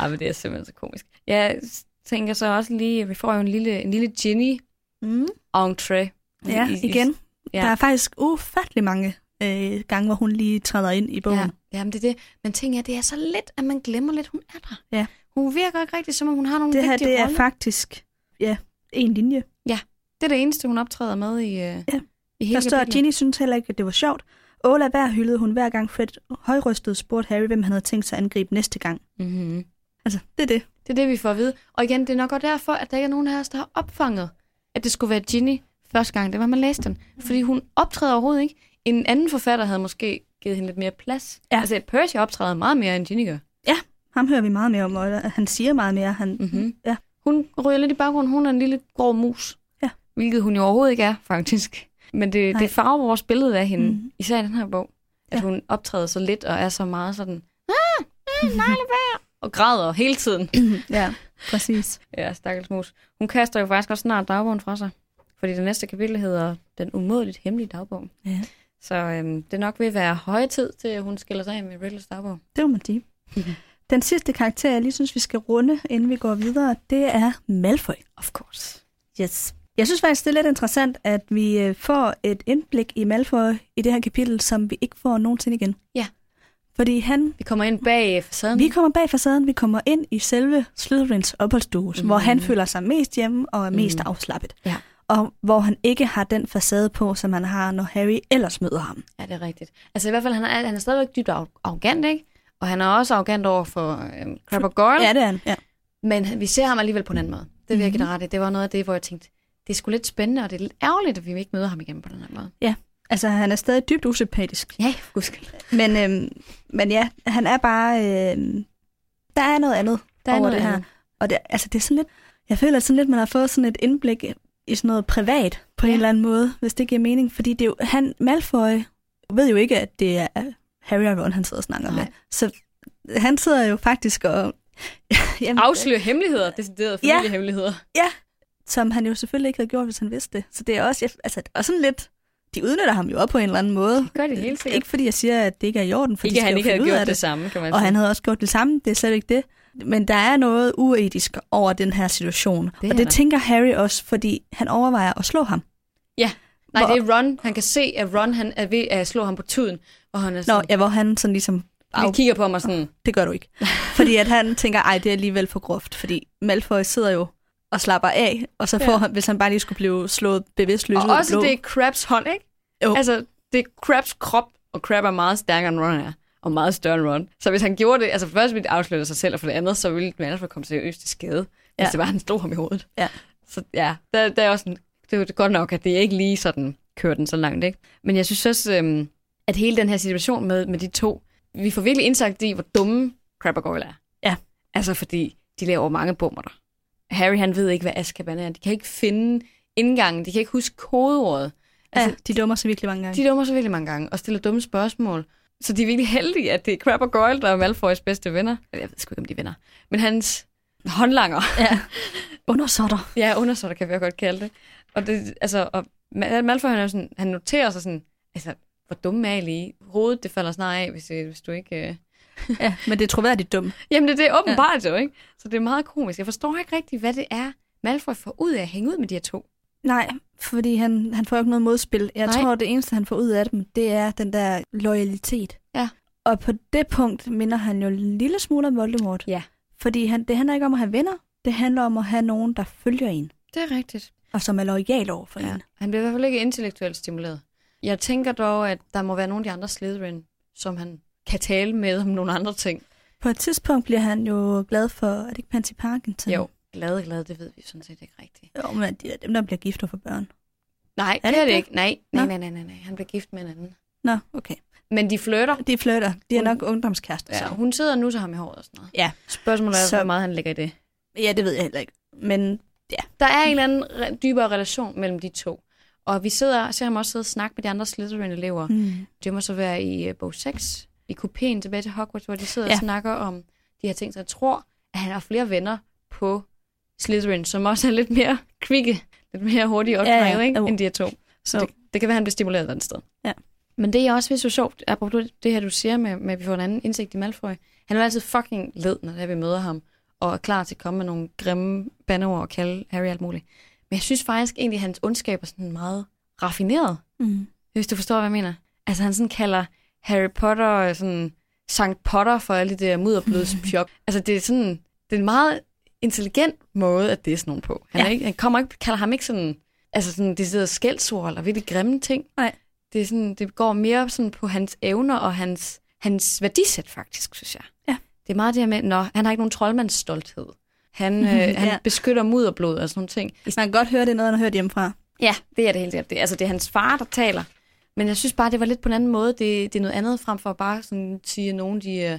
A: Ej, men det er simpelthen så komisk. Jeg tænker så også lige, vi får jo en lille, en lille Ginny
B: Mm.
A: entré.
B: Ja,
A: I- i-
B: igen.
A: Mhm. Ja.
B: Ja. Der er faktisk ufattelig mange øh, gange, hvor hun lige træder ind i bogen.
A: Ja, jamen det er det. Men ting er, det er så lidt, at man glemmer lidt, hun er der.
B: Ja.
A: Hun virker ikke rigtig, som om hun har nogle
B: Det her,
A: vigtige
B: det er
A: roller.
B: faktisk ja, en linje.
A: det er det eneste, hun optræder med i, ja. i hele
B: Der står, at
A: kapitlet.
B: Ginny synes heller ikke, at det var sjovt. Ola hver hyldede hun hver gang Fred højrystet spurgte Harry, hvem han havde tænkt sig at angribe næste gang.
A: Mm-hmm.
B: Altså, det er det.
A: Det er det, vi får at vide. Og igen, det er nok også derfor, at der ikke er nogen af os, der har opfanget, at det skulle være Ginny første gang, det var, man læste den.
B: Mhm.
A: Fordi hun optræder overhovedet ikke. En anden forfatter havde måske givet hende lidt mere plads.
B: Ja.
A: Altså, Percy optræder meget mere, end Ginny gør.
B: Ham hører vi meget mere om, og han siger meget mere. Han,
A: Mhm.
B: ja.
A: Hun ryger lidt i baggrunden. Hun er en lille grå mus.
B: Ja.
A: Hvilket hun jo overhovedet ikke er, faktisk. Men det,
B: Nej.
A: det farver vores billede af hende, mm.
B: Mhm.
A: især i den her bog. At
B: Ja.
A: hun optræder så lidt og er så meget sådan, ah, mm, nej, lad være, og græder hele tiden.
B: ja, præcis.
A: Ja, stakkels mus. Hun kaster jo faktisk også snart dagbogen fra sig. Fordi det næste kapitel hedder Den umådeligt hemmelige dagbog.
B: Ja.
A: Så øhm, det nok vil være høje tid, til at hun skiller sig af med Riddles dagbog.
B: Det må man sige. Den sidste karakter, jeg lige synes, vi skal runde, inden vi går videre, det er Malfoy.
A: Of course.
B: Yes. Jeg synes faktisk, det er lidt interessant, at vi øh, får et indblik i Malfoy i det her kapitel, som vi ikke får nogensinde igen.
A: Ja.
B: Fordi han
A: Vi kommer ind bag facaden.
B: Vi kommer bag facaden, vi kommer ind i selve Slytherins opholdsstue, mm. hvor han
A: Mhm.
B: føler sig mest hjemme og er mest
A: Mhm.
B: afslappet.
A: Ja.
B: Og hvor han ikke har den facade på, som han har, når Harry ellers møder ham.
A: Ja, det er rigtigt. Altså i hvert fald, han er, han er stadigvæk dybt arro- arrogant, ikke? Og han er også arrogant over for øh, Crabbe og Goyle,
B: Ja, det er han. Ja.
A: men han- vi ser ham alligevel på en anden måde. Det vil jeg give dig
B: Mhm.
A: ret i. Det var noget af det, hvor jeg tænkte, det er sgu lidt spændende, og det er lidt ærgerligt, at vi ikke møder ham igen på den her måde.
B: Altså, han er stadig dybt usympatisk.
A: Ja, gudskel.
B: Men, øhm, men ja, han er bare... Øhm, der er noget andet.
A: Der er
B: Over
A: noget
B: det her.
A: andet.
B: Og det, altså, det er sådan lidt... Jeg føler sådan lidt, man har fået sådan et indblik i sådan noget privat på ja.
A: Ja.
B: en eller anden måde, hvis det giver mening. Fordi det er jo, han, Malfoy, ved jo ikke, at det er Harry og Ron, han sidder og snakker
A: Nej.
B: med. Så han sidder jo faktisk og... Jamen,
A: Afsløre hemmeligheder, deciderede
B: Ja.
A: familiehemmeligheder.
B: som han jo selvfølgelig ikke havde gjort, hvis han vidste det. Så det er også, jeg, altså, det er også sådan lidt, de udnytter ham jo op på en eller anden måde.
A: Det gør de helt sikkert.
B: Ikke fordi jeg siger, at det ikke er i orden, for
A: Ikke,
B: de
A: at
B: skal
A: han
B: jo
A: ikke
B: finde
A: havde
B: ud
A: gjort
B: af
A: det.
B: det.
A: samme, kan man
B: Og
A: sige.
B: han havde også gjort det samme, det er slet ikke det. Men der er noget uetisk over den her situation.
A: er
B: Det og det
A: der.
B: tænker Harry også, fordi han overvejer at slå ham.
A: Nej,
B: Hvor-
A: det er Ron. Han kan se, at Ron han er ved at slå ham på tuden. Og han er sådan,
B: Nå, ja, hvor han sådan ligesom,
A: vi
B: au,
A: kigger på mig sådan,
B: det gør du ikke. Fordi at han tænker, ej, det er alligevel for groft, fordi Malfoy sidder jo og slapper af, og så får
A: Ja.
B: ja. han, hvis han bare lige skulle blive slået bevidstløs ud
A: Og
B: af
A: også
B: blå.
A: det er Krabs hånd, ikke?
B: Jo.
A: Altså, det er Krabs krop, og Krab er meget stærkere end Ron er. Og meget større end Ron. Så hvis han gjorde det, altså for først ville det afsløre sig selv, og for det andet, så ville den anden komme seriøst til skade, ja.
B: Ja.
A: hvis det var, han slog ham i hovedet.
B: Ja.
A: Så ja, der, der er også en, det er jo godt nok, at det ikke lige sådan kører den så langt, ikke? Men jeg synes også, øhm, at hele den her situation med, med de to, vi får virkelig indsigt i, hvor dumme Crab og Goyle er.
B: Ja.
A: Altså fordi, de laver mange bomber der. Harry, han ved ikke, hvad Azkaban er. De kan ikke finde indgangen. De kan ikke huske kodeordet.
B: Ja,
A: altså-
B: de dummer sig virkelig mange gange.
A: De dummer sig virkelig mange gange og stiller dumme spørgsmål. Så de er virkelig heldige, at det er Crab og Goyle, der er Malfoys bedste venner. Jeg ved sgu ikke, om de er venner. Men hans håndlanger,
B: Ja. Undersåtter.
A: ja, undersøtter kan vi jo godt kalde det. Og, det, altså, og Ma- Malfoy, han, er jo sådan, han noterer sig sådan, altså, hvor dumme er I lige? Hovedet, det falder snart af, hvis, øh, hvis du ikke... Øh...
B: Ja, men det er troværdigt dumt.
A: Jamen, det, det er åbenbart ja. jo, ikke? Så det er meget komisk. Jeg forstår ikke rigtigt, hvad det er, Malfoy får ud af at hænge ud med de her to.
B: Nej, fordi han, han får jo ikke noget modspil. Jeg
A: Nej.
B: Nej. tror, det eneste, han får ud af dem, det er den der loyalitet.
A: Ja.
B: Og på det punkt minder han jo en lille smule om Voldemort.
A: Ja.
B: Fordi han, det handler ikke om at have venner. Det handler om at have nogen, der følger en.
A: Det er rigtigt.
B: Og som er lojal over for
A: Ja.
B: en.
A: Han bliver i hvert fald ikke intellektuelt stimuleret. Jeg tænker dog, at der må være nogle af de andre Slytherin, som han kan tale med om nogle andre ting.
B: På et tidspunkt bliver han jo glad for, er det ikke Pansy Parkinson?
A: Jo, glad, glad, det ved vi sådan set ikke rigtigt.
B: Jo, men de er dem, der bliver gift og får børn.
A: Nej,
B: Er
A: det
B: det
A: er det
B: ikke
A: ikke. Nej, nej,
B: Nå.
A: nej, nej, nej, nej. Han bliver gift med en anden.
B: Nå, okay.
A: Men de flytter,
B: De flytter. De er
A: Hun-
B: nok ungdomskærester.
A: så
B: sammen.
A: hun sidder og nusser ham i håret og sådan noget.
B: Ja.
A: Spørgsmålet er,
B: Så-
A: hvor meget han lægger i det.
B: ja, det ved jeg heller ikke. Men
A: Der er en eller anden re- dybere relation mellem de to. Og vi sidder, ser ham også sidde og snakke med de andre Slytherin-elever.
B: hmm.
A: Det må så være i øh, bog 6, i kupéen tilbage til Hogwarts, hvor de sidder ja.
B: Ja.
A: og snakker om de her ting, så jeg tror, at han har flere venner på Slytherin, som også er lidt mere kvikke, lidt mere hurtige og
B: Ja, ja.
A: ja, ja.
B: Jo.
A: end de her to. Så
B: Jo.
A: det, det kan være, at han bliver stimuleret et andet sted.
B: Ja.
A: Men det, jeg også synes er sjovt, apropos det her, du siger med, med, at vi får en anden indsigt i Malfoy, han er jo altid fucking led, når det er, vi møder ham, og er klar til at komme med nogle grimme bandeord og kalde Harry alt muligt. Men jeg synes faktisk egentlig, at hans ondskab er sådan meget raffineret.
B: Mm.
A: Hvis du forstår, hvad jeg mener. Altså, han sådan kalder Harry Potter øh, sådan Sankt Potter for alle det der mudderbløds pjok. Altså, det er sådan, det er en meget intelligent måde, at det er sådan nogen på. Han, ja. er
B: Ja.
A: ikke, han kommer ikke, kalder ham ikke sådan, altså sådan, det sidder skældsord eller virkelig grimme ting.
B: Nej.
A: Det, er sådan, det går mere sådan på hans evner og hans, hans værdisæt, faktisk, synes jeg.
B: Ja.
A: Det er meget det her med, nå, han har ikke nogen troldmandsstolthed. Han, øh, ja. han
B: Ja.
A: beskytter mudderblod og sådan nogle ting.
B: Man kan godt høre, det er noget, han har hørt hjemmefra.
A: Ja, det er det helt sikkert. Det, altså, det er hans far, der taler. Men jeg synes bare, det var lidt på en anden måde. Det, det er noget andet, frem for bare sådan at sige, at nogen de er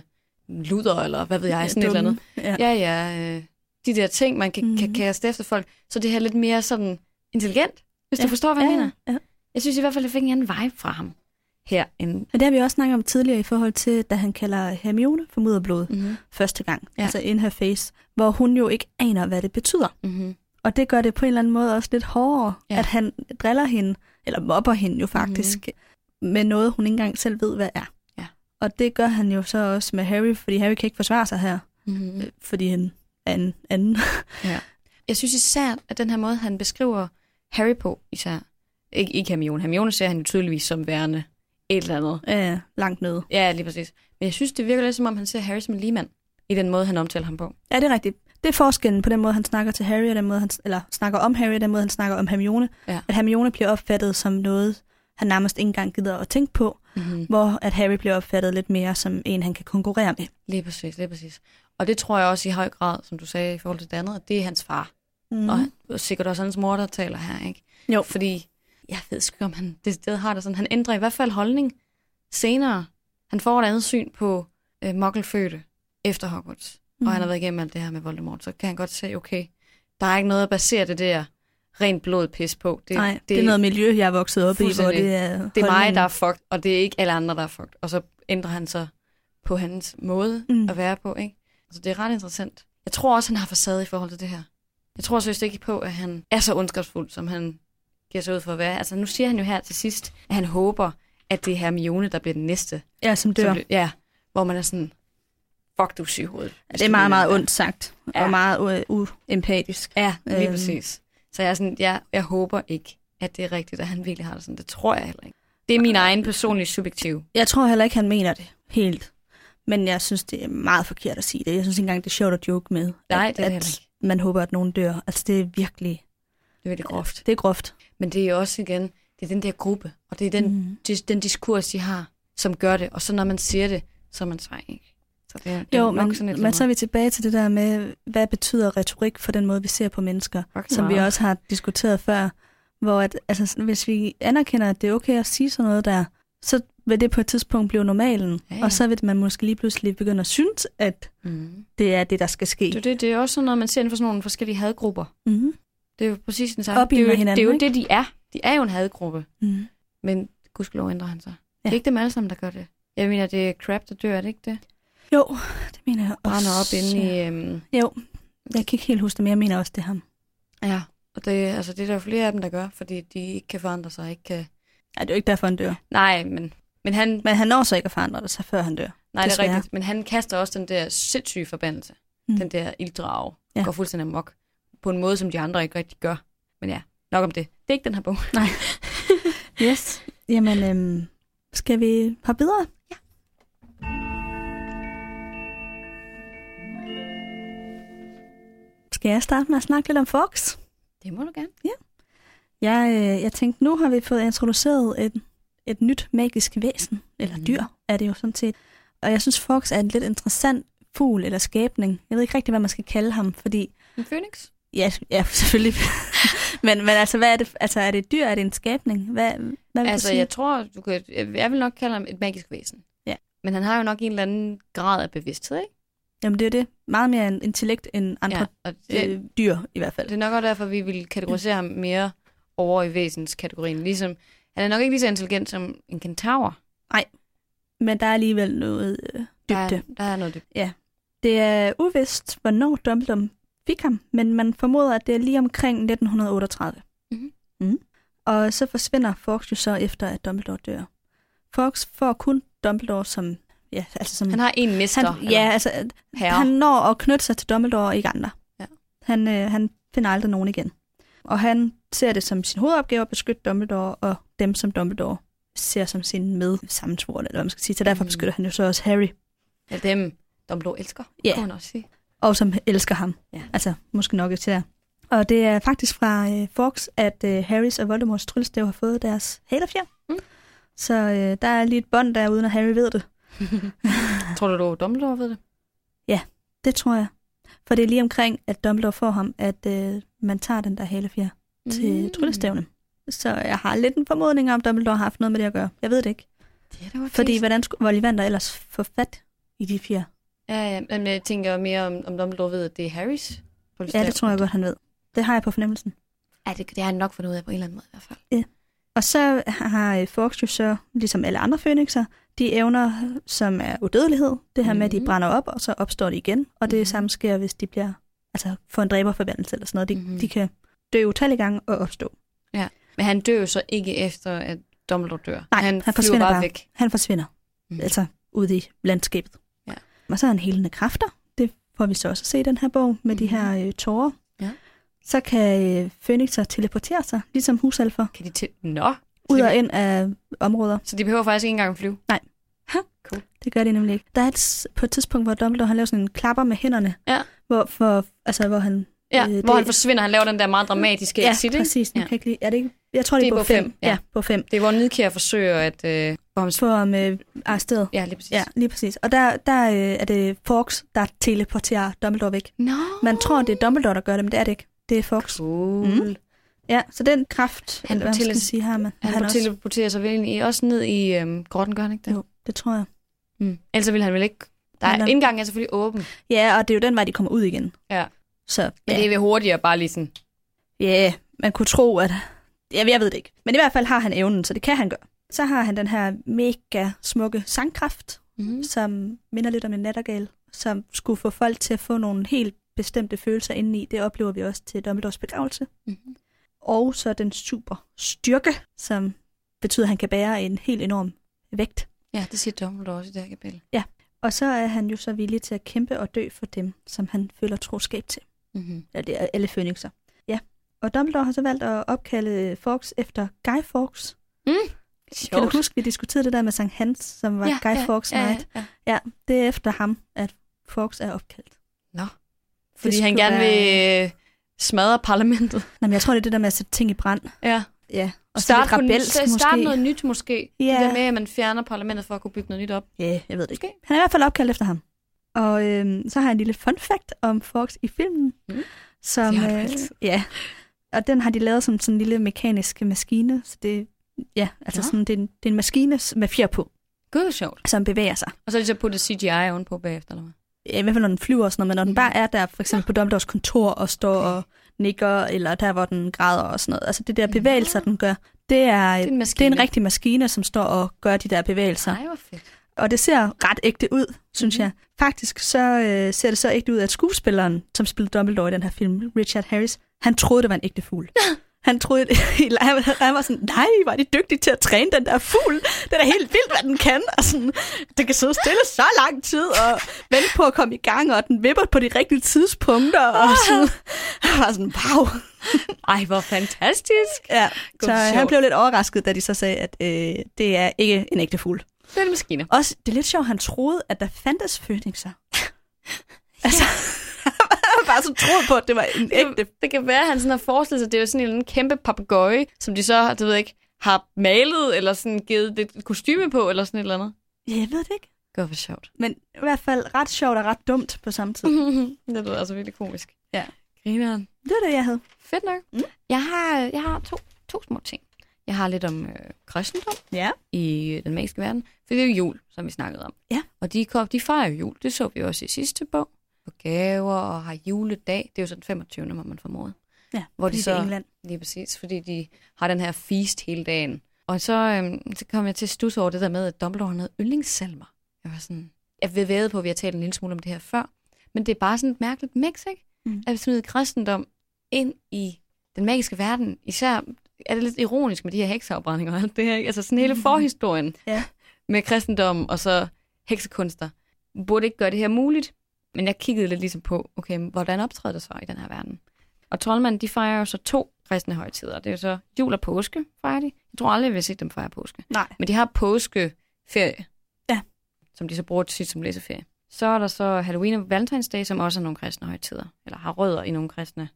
A: luder, eller hvad ved jeg, sådan et eller andet.
B: Ja.
A: Ja, ja, øh, de der ting, man kan, mm. kan
B: Mhm.
A: kaste efter folk. Så det her er lidt mere sådan intelligent, hvis ja. du forstår, hvad jeg ja. mener.
B: Ja.
A: Jeg synes i hvert fald, jeg fik en anden vibe fra ham her. End...
B: Og det har vi også snakket om tidligere i forhold til, da han kalder Hermione for mudderblod
A: Mm-hmm.
B: første gang,
A: Ja.
B: ja. altså in her face, hvor hun jo ikke aner, hvad det betyder.
A: Mm-hmm.
B: Og det gør det på en eller anden måde også lidt hårdere,
A: Ja. Mhm.
B: ja. at han driller hende, eller mobber hende jo faktisk, mm-hmm. med noget, hun ikke engang selv ved, hvad er.
A: Ja.
B: Og det gør han jo så også med Harry, fordi Harry kan ikke forsvare sig her,
A: Mm-hmm.
B: øh, fordi han er en anden.
A: Jeg synes især, at den her måde, han beskriver Harry på, især ikke, ikke Hermione. Hermione ser han jo tydeligvis som værende et eller andet.
B: øh, langt nede.
A: Ja, lige præcis. Men jeg synes, det virker lidt som om, han ser Harry som en ligemand i den måde, han omtaler ham på.
B: Ja, det er rigtigt. Det er forskellen på den måde, han snakker til Harry, og den måde, han, eller snakker om Harry, og den måde, han snakker om Hermione.
A: Ja.
B: At Hermione bliver opfattet som noget, han nærmest ikke engang gider at tænke på,
A: Mm-hmm.
B: hvor at Harry bliver opfattet lidt mere som en, han kan konkurrere med.
A: Lige præcis, lige præcis. Og det tror jeg også i høj grad, som du sagde i forhold til det andet, at det er hans far.
B: Mm.
A: Mm. Og sikkert også hans mor, der taler her, ikke?
B: Jo.
A: Fordi jeg ved sgu, ikke, om han det, det har det sådan. Han ændrer i hvert fald holdning senere. Han får et andet syn på øh, mokkelfødte efter Hogwarts. Mm.
B: Mm-hmm. Mhm.
A: Og han har været igennem alt det her med Voldemort. Så kan han godt se, okay, der er ikke noget at basere det der rent blod pis på. Det,
B: Nej, det, det er noget miljø, jeg er vokset op i, hvor
A: Fuldstændig.
B: det er
A: det er mig,
B: holdningen.
A: der er fucked, og det er ikke alle andre, der er fucked. Og så ændrer han sig på hans måde
B: Mm.
A: mm. at være på, ikke? Så det er ret interessant. Jeg tror også, han har facade i forhold til det her. Jeg tror seriøst ikke på, at han er så ondskabsfuld, som han giver sig ud for at være. Altså, nu siger han jo her til sidst, at han håber, at det er Hermione, der bliver den næste.
B: Ja, som dør.
A: Som, det- ja, hvor man er sådan, fuck, du er syg i hovedet.
B: Ja, det er meget, meget ondt sagt, ja.
A: Ja.
B: og meget øh, uempatisk.
A: Ja, lige
B: Øhm.
A: øhm. præcis. Så jeg, er sådan, jeg, jeg håber ikke, at det er rigtigt, at han virkelig har det sådan. Det tror jeg heller ikke. Det er min egen personlige subjektive.
B: Jeg tror heller ikke, han mener det helt. Men jeg synes, det er meget forkert at sige det. Jeg synes ikke engang, det er sjovt at joke med.
A: Nej,
B: at,
A: det er det heller
B: at man håber, at nogen dør. Altså, det er virkelig...
A: Det er virkelig groft.
B: Det er groft.
A: Men det er jo også igen, det er den der gruppe, og det er den,
B: Mm.
A: mm. den diskurs, de har, som gør det. Og så når man siger det, så er man svag, ikke? Så det er, det
B: Jo,
A: er nok
B: men,
A: sådan et
B: men så er vi tilbage til det der med, hvad betyder retorik for den måde, vi ser på mennesker,
A: Fucking
B: som vi
A: meget.
B: også har diskuteret før, hvor at, altså, hvis vi anerkender, at det er okay at sige sådan noget der, så vil det på et tidspunkt blive normalen,
A: Ja, ja.
B: og så vil man måske lige pludselig begynde at synes, at
A: mm.
B: det er det, der skal ske.
A: det, er det, det er også sådan noget, man ser inden for sådan nogle forskellige hadgrupper.
B: Mm-hmm.
A: Det er jo præcis den samme.
B: Opildner
A: det er jo,
B: hinanden,
A: det, er jo
B: ikke?
A: det, de er. De er jo en hadgruppe,
B: Mm.
A: men gudskelov ændrer han sig. Ja. Det
B: Ja.
A: er ikke dem alle sammen, der gør det. Jeg mener, det er crap, der dør, er det ikke det?
B: Jo, det mener jeg også.
A: Brænder op inde i... Øhm,
B: Jo, jeg kan ikke helt huske det, men jeg mener også, det er ham.
A: ja, og det, altså, det er der jo flere af dem, der gør, fordi de ikke kan forandre sig. Ikke kan...
B: Ja, det er jo ikke derfor, han dør.
A: Nej, men, men han
B: Men han når så ikke at forandre sig, før han dør.
A: Nej, det
B: Desværre.
A: er rigtigt. Men han kaster også den der sindssyge forbandelse.
B: Mm.
A: Mm. Den der ilddrage.
B: Ja.
A: Ja. Går fuldstændig amok. På en måde, som de andre ikke rigtig gør. Men ja, nok om det. Det er ikke den her bog.
B: Nej. Yes. Jamen, øhm, skal vi hoppe videre? Ja. Skal jeg starte med at snakke lidt om Fox?
A: Det må du gerne.
B: Jeg, øh, jeg tænkte, nu har vi fået introduceret et, et nyt magisk væsen, eller
A: Mhm.
B: dyr er det jo sådan set. Og jeg synes, Fox er en lidt interessant fugl eller skæbning. Jeg ved ikke rigtig, hvad man skal kalde ham, fordi
A: En phoenix?
B: Ja, ja selvfølgelig. men, men altså, hvad er det? Altså, er det et dyr? Er det en skabning? Hvad, hvad vil altså, du
A: Altså,
B: sige?
A: jeg tror, du kan... Jeg vil nok kalde ham et magisk væsen.
B: Ja.
A: Men han har jo nok en eller anden grad af bevidsthed, ikke?
B: Jamen, det er jo det. Meget mere en intellekt end andre
A: Og
B: ja.
A: det,
B: øh, dyr, i hvert fald.
A: det er nok også derfor, vi vil kategorisere ham mere over i væsenskategorien. Ligesom, han er nok ikke lige så intelligent som en kentaur.
B: Men der er alligevel noget øh,
A: Der er,
B: dybde. Ja.
A: der er noget dybde.
B: Det er uvist, hvornår Dumbledore fik ham, men man formoder, at det er lige omkring 1938.
A: Mhm.
B: Mm. Og så forsvinder Fox jo så efter, at Dumbledore dør. Fox får kun Dumbledore som... Ja, altså som
A: Han har en mester.
B: han, ja, altså
A: herre.
B: Han når at knytte sig til Dumbledore og ikke andre.
A: Ja.
B: Han, øh, han finder aldrig nogen igen. Og han ser det som sin hovedopgave at beskytte Dumbledore og dem, som Dumbledore ser som sin medsammensvorene, eller hvad man skal sige. Så derfor
A: Mm.
B: beskytter han jo så også Harry,
A: Ja, dem Dumbledore elsker,
B: Ja.
A: yeah. kunne man også sige.
B: og som elsker ham.
A: Ja.
B: Altså, måske nok især. Og det er faktisk fra øh, Fox, at øh, Harrys og Voldemorts tryllestav har fået deres hælerfjer.
A: Mm. Så
B: Så øh, der er lige et bånd der, uden at Harry ved det.
A: tror du, du Dumbledore ved det?
B: Det tror jeg. For det er lige omkring, at Dumbledore får ham, at øh, man tager den der hælerfjer. til mm. tryllestævne. Så jeg har lidt en formodning om, at Dumbledore har haft noget med det at gøre. Jeg ved det ikke.
A: Det er da godt
B: Fordi
A: tænkt.
B: hvordan skulle Ollivander ellers få fat i de fire?
A: Ja, ja, men jeg tænker mere om, om Dumbledore ved, at det er Harrys
B: Ja, det tror jeg godt, han ved. Det har jeg på fornemmelsen.
A: Ja, det, det har han nok fundet ud af på en eller anden måde i hvert fald.
B: Og så har øh, Fox jo så, ligesom alle andre fønixer, de evner, som er udødelighed. Det her med, at de
A: Mhm.
B: brænder op, og så opstår de igen. Og det
A: Mhm.
B: samme sker, hvis de bliver, altså får en dræberforbandelse eller sådan noget. De,
A: Mhm.
B: de kan dø utallige gange og opstå.
A: Men han dør jo så ikke efter, at Dumbledore dør.
B: Nej, han
A: han, flyver
B: forsvinder bare.
A: bare væk.
B: Han forsvinder, mm.
A: Mhm.
B: altså ude i landskabet.
A: Ja.
B: Og så er han helende kræfter. Det får vi så også at se i den her bog med mm. de
A: Mhm.
B: her øh, tårer.
A: Ja.
B: Så kan øh, fønixer teleportere sig, ligesom husalfer,
A: Kan de til... Nå,
B: ud
A: de-
B: og ind af områder.
A: så de behøver faktisk ikke engang at flyve.
B: Det gør de nemlig ikke. Der er et, s- på et tidspunkt, hvor Dumbledore han laver sådan en klapper med hænderne,
A: Ja.
B: hvor, for, altså, hvor han...
A: Ja,
B: Øh,
A: øh,
B: det-
A: hvor han forsvinder. Han laver den der meget dramatiske
B: ja,
A: exit, ikke?
B: præcis. Nu
A: Ja.
B: Kan jeg, ikke lige, er det ikke, jeg tror, det er,
A: Det er
B: på
A: bog
B: 5.
A: fem,
B: Ja.
A: ja.
B: ja, på 5.
A: Det er, hvor Nidkær forsøger at øh, Hvor han
B: Få ham øh, arresteret.
A: Ja, lige præcis.
B: Ja, lige præcis. Og der, der øh, er det Fox, der teleporterer Dumbledore væk.
A: No.
B: Man tror, det er Dumbledore, der gør det, men det er det ikke. Det er Fox.
A: Cool.
B: Mm.
A: Mm.
B: Ja, så den kraft,
A: Han
B: han eller hvad man skal
A: tele-
B: sige, har man.
A: Han, han
B: også.
A: teleporterer sig vel egentlig også ned i øhm, grotten, gør han ikke det?
B: Jo, det tror jeg.
A: Mm. Ellers så ville han vel ikke... Der
B: Men
A: er,
B: der-
A: indgangen er selvfølgelig åben,
B: Ja, og det er jo den vej, de kommer ud igen.
A: Ja.
B: Så
A: men det
B: ja,
A: er vel hurtigere bare lige sådan...
B: ja man kunne tro, at... Ja, jeg ved det ikke. Men i hvert fald har han evnen, så det kan han gøre. Så har han den her mega smukke sangkraft,
A: Mm.
B: som minder lidt om en nattergal, som skulle få folk til at få nogle helt bestemte følelser indeni. Det oplever vi også til Dumbledores begravelse.
A: Mm.
B: Og så den super styrke, som betyder, at han kan bære en helt enorm vægt.
A: Ja, det siger Dumbledore også i det her kapitel.
B: Og så er han jo så villig til at kæmpe og dø for dem, som han føler troskab til.
A: Mm-hmm.
B: Eller det er alle fønixer. Ja. Og Dumbledore har så valgt at opkalde Fox efter Guy Fawkes. Kan du huske, vi diskuterede det der med Sankt Hans, som var ja, Guy ja, Fawkes
A: ja,
B: Night?
A: Ja, ja.
B: Det er efter ham, at Fawkes er opkaldt.
A: Fordi
B: Det
A: han
B: skulle
A: gerne vil øh, smadre parlamentet.
B: Nå, men jeg tror, det er det der med at sætte ting i brand.
A: Ja.
B: Ja, og så
A: Start,
B: lidt rebelsk måske.
A: start noget nyt måske.
B: Ja.
A: Det der med, at man fjerner parlamentet for at kunne bygge noget nyt op.
B: Ja, jeg ved det ikke.
A: Måske.
B: Han er i hvert fald opkaldt efter ham. Og øhm, så har jeg en lille fun fact om Fox i filmen.
A: Mm.
B: Som,
A: Det har du
B: øh,
A: altid.
B: ja, og den har de lavet som sådan en lille mekanisk maskine. Så det, ja, altså
A: Nå.
B: sådan, det, er en, det er en maskine s- med fjer på,
A: Gud, hvor sjovt.
B: som bevæger sig.
A: Og så er de så puttet CGI ovenpå bagefter, eller hvad?
B: Ja, I hvert fald, når den flyver og sådan noget, men når den
A: Mhm.
B: bare er der, for eksempel på Dumbledores kontor og står
A: Okay.
B: og nikker, eller der, hvor den græder og sådan noget. Altså det der bevægelser, den gør, det er,
A: Det er en maskine.
B: det er en rigtig maskine, som står og gør de der bevægelser.
A: Nej, hvor fedt.
B: Og det ser ret ægte ud, synes
A: Mhm.
B: jeg. Faktisk så øh, ser det så ægte ud, at skuespilleren, som spillede Dumbledore i den her film, Richard Harris, han troede, det var en ægte fugl. Han troede, han var- han var sådan, nej, var de dygtige til at træne den der fugl. Den er helt vildt, hvad den kan. Og sådan, den kan sidde stille så lang tid og vente på at komme i gang, og den vipper på de rigtige tidspunkter. Og
A: Ah.
B: sådan, han var sådan, wow.
A: Ej, hvor fantastisk.
B: Ja,
A: Gud,
B: så øh, han
A: sjovt.
B: blev lidt overrasket, da de så sagde, at øh, det er ikke en ægte fugl.
A: Det er en maskine.
B: Også, det er lidt sjovt, han troede, at der fandtes fønixer. altså, han var bare så troet på, at det var en ægte...
A: Det kan være, at han sådan har forestillet sig, at det er jo sådan en eller anden kæmpe papegøje, som de så, du ved ikke, har malet, eller sådan givet et kostyme på, eller sådan et eller andet.
B: Ja, jeg ved det ikke.
A: Gud, hvor sjovt.
B: Men i hvert fald ret sjovt og ret dumt på samme tid.
A: det lyder altså virkelig komisk.
B: Ja.
A: Grineren.
B: Mm. Det var det, jeg havde.
A: Fedt nok.
B: Mm.
A: Jeg har, jeg har to, to små ting. Jeg har lidt om øh, kristendom
B: Ja.
A: i øh, den magiske verden, for det er jo jul, som vi snakkede om.
B: Ja.
A: Og de, kom, de fejrer jo jul, det så vi også i sidste bog. Og gaver og har juledag, det er jo så den 25. må man formode.
B: Ja,
A: Hvor de
B: fordi det
A: så-
B: er England.
A: Lige præcis, fordi de har den her feast hele dagen. Og så, øhm, så kom jeg til at stusse over det der med, at Dumbledore han havde yndlingssalmer. Jeg var sådan, jeg ved væde på, at vi har talt en lille smule om det her før, men det er bare sådan et mærkeligt mix, ikke?
B: Mm.
A: Mm. At smide kristendom ind i den magiske verden, især er det lidt ironisk med de her hekseafbrændinger og alt det her, ikke? Altså sådan hele
B: Mhm.
A: forhistorien
B: Ja.
A: med kristendom og så heksekunster. Burde ikke gøre det her muligt, men jeg kiggede lidt ligesom på, okay, men hvordan optræder det så i den her verden? Og troldmanden, de fejrer jo så to kristne højtider. Det er jo så jul og påske, fejrer de. Jeg tror aldrig, vi har set dem fejre påske.
B: Nej.
A: Men de har påskeferie.
B: Ja.
A: Som de så bruger til sidst som læseferie. Så er der så Halloween og Valentinsdag, som også er nogle kristne højtider. Eller har rødder i nogle kristne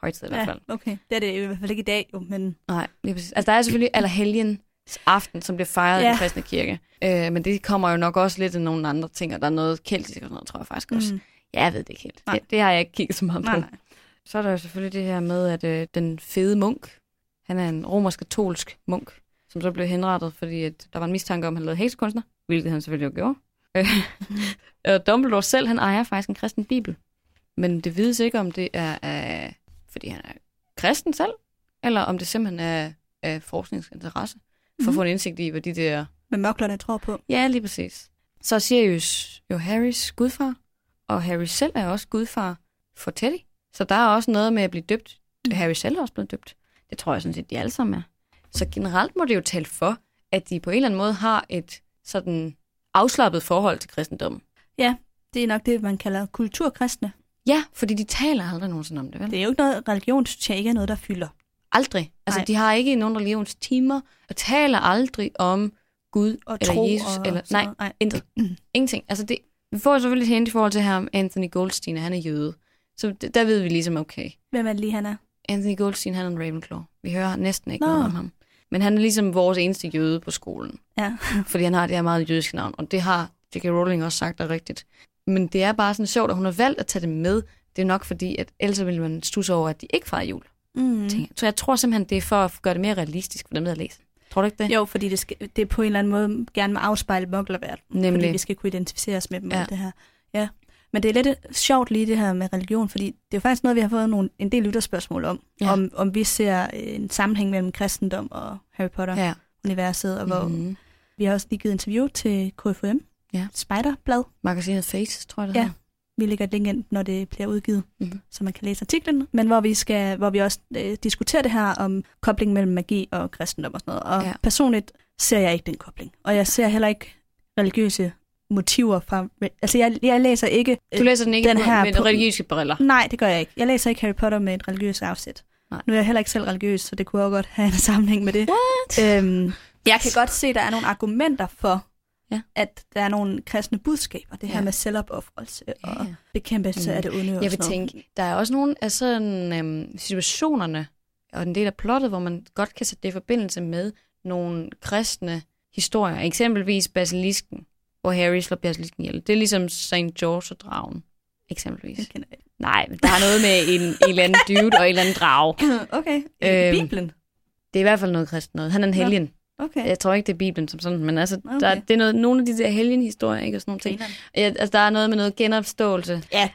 A: højtider i hvert fald.
B: Ja, okay. Det er det i hvert fald ikke i dag, jo, men...
A: Nej, lige præcis. Altså, der er selvfølgelig allerhelgen aften, som bliver fejret ja. i
B: Ja.
A: den kristne kirke. Øh, men det kommer jo nok også lidt af nogle andre ting, og der er noget keltisk og sådan noget, tror jeg faktisk også. Mm.
B: Mm.
A: Ja, jeg ved det ikke helt.
B: Nej.
A: Det, det har jeg ikke kigget så meget
B: Nej,
A: på.
B: nej.
A: Så er der jo selvfølgelig det her med, at øh, den fede munk, han er en romersk-katolsk munk, som så blev henrettet, fordi at der var en mistanke om, at han lavede heksekunstner, hvilket han selvfølgelig jo gjorde. Øh, og Dumbledore selv, han ejer faktisk en kristen bibel. Men det vides ikke, om det er, af, fordi han er kristen selv, eller om det simpelthen er af forskningsinteresse, for at få en indsigt i, hvad de der
B: Men mørklerne tror på.
A: Ja, lige præcis. Så siger Sirius jo Harrys gudfar, og Harry selv er også gudfar for Teddy. Så der er også noget med at blive døbt.
B: Mm.
A: Harry selv er også blevet døbt. Det tror jeg sådan set, de alle sammen er. Så generelt må det jo tale for, at de på en eller anden måde har et sådan afslappet forhold til kristendommen.
B: Det er nok det, man kalder kulturkristne.
A: Ja, fordi de taler aldrig nogensinde om det, vel?
B: Det er jo ikke noget, religion synes jeg ikke er noget, der fylder.
A: Aldrig. Altså,
B: Nej.
A: de har ikke nogen religionstimer, og taler aldrig om Gud
B: Og
A: eller
B: tro
A: Jesus.
B: og
A: eller,
B: sådan
A: nej,
B: noget. nej.
A: Intet. Ingenting. Altså det, vi får jo selvfølgelig et hint i forhold til ham, Anthony Goldstein, og han er jøde. Så det, der ved vi ligesom, okay,
B: Hvem er det lige, han er?
A: Anthony Goldstein, han er en Ravenclaw. Vi hører næsten ikke
B: Nå.
A: noget om ham. Men han er ligesom vores eneste jøde på skolen.
B: Ja.
A: fordi han har det her meget jødiske navn, og det har J.K. Rowling også sagt er rigtigt. Men det er bare sådan sjovt, at hun har valgt at tage det med. Det er nok fordi, at ellers ville man stusse over, at de ikke fejrer jul.
B: Mm.
A: Mm. Så jeg tror simpelthen, det er for at gøre det mere realistisk for dem, der læser. Tror du ikke det?
B: Jo, fordi det, skal, det på en eller anden måde gerne må afspejle moklerverdenen.
A: Nemlig.
B: Fordi vi skal kunne identificere os med dem
A: Ja.
B: ja. det her. Ja. Men det er lidt øh, sjovt lige det her med religion, fordi det er jo faktisk noget, vi har fået nogle, en del lytterspørgsmål om.
A: Ja.
B: Ja. Om, om vi ser øh, en sammenhæng mellem kristendom og Harry
A: Ja.
B: Potter-universet. Og hvor mm.
A: Mm-hmm.
B: Vi har også lige givet interview til KFM.
A: Ja.
B: Spejderblad.
A: Magasinet Faces, tror jeg, det
B: Ja.
A: hedder.
B: Vi lægger et link ind, når det bliver udgivet,
A: Mhm.
B: mm-hmm. så man kan læse artiklen. Men hvor vi, skal, hvor vi også øh, diskuterer det her om koblingen mellem magi og kristendom og sådan noget. Og
A: Ja.
B: ja. personligt ser jeg ikke den kobling. Og jeg ser heller ikke religiøse motiver fra... Altså, jeg, jeg læser ikke... øh,
A: Du læser den ikke
B: Den
A: den her
B: her
A: med
B: på-
A: religiøse briller.
B: Nej, det gør jeg ikke. Jeg læser ikke Harry Potter med et religiøst afsæt.
A: Nej.
B: Nu er jeg heller ikke selv religiøs, så det kunne også godt have en sammenhæng med det. Øhm, jeg kan godt se, at der er nogle argumenter for,
A: Ja.
B: ja. at der er nogle kristne budskaber. Det her
A: Ja.
B: ja. med selvopoffrelse ja. og
A: Ja.
B: bekæmpelse
A: Mm.
B: mm. af det onde. og
A: Jeg vil
B: sådan noget.
A: tænke, der er også nogle af sådan øhm, situationerne, og en del af plottet, hvor man godt kan sætte det i forbindelse med nogle kristne historier. Eksempelvis Basilisken, hvor Harry slår Basilisken ihjel. Det er ligesom St. George og dragen, eksempelvis.
B: Den kender jeg
A: Nej, men der er noget med en, en eller anden dude og en eller anden drage.
B: ikke. Okay.
A: Øhm,
B: Øhm, Bibelen.
A: Det er i hvert fald noget kristent noget. Han er en
B: Nå.
A: helgen.
B: Okay.
A: Jeg tror ikke, det er Bibelen som sådan, men altså, okay.
B: Okay.
A: der, det er noget, nogle af de der helgenhistorier, ikke? Og sådan nogle ting. Ja, altså, der er noget med noget genopståelse.
B: Ja,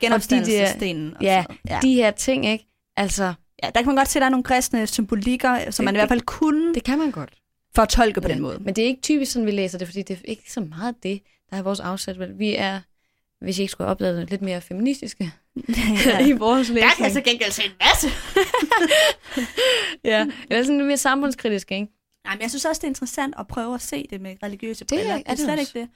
B: genopstandelsestenen. og
A: ja,
B: sådan noget. ja.
A: De her ting, ikke? Altså,
B: ja, der kan man godt se, at der er nogle kristne symbolikker, som man i
A: Det-
B: hvert fald kunne
A: det kan man godt.
B: fortolke på
A: Ja,
B: den måde.
A: Men det er ikke typisk sådan, vi læser det, fordi det er ikke så meget det, der er vores afsæt. Men vi er, hvis I ikke skulle have opdaget det, lidt mere feministiske ja. i vores læsning.
B: gengæld se en masse.
A: ja. Eller sådan lidt mere samfundskritiske, ikke?
B: Nej, men jeg synes også, det er interessant at prøve at se det med religiøse
A: Det er-
B: briller. Det er,
A: er det
B: slet
A: også.
B: ikke det.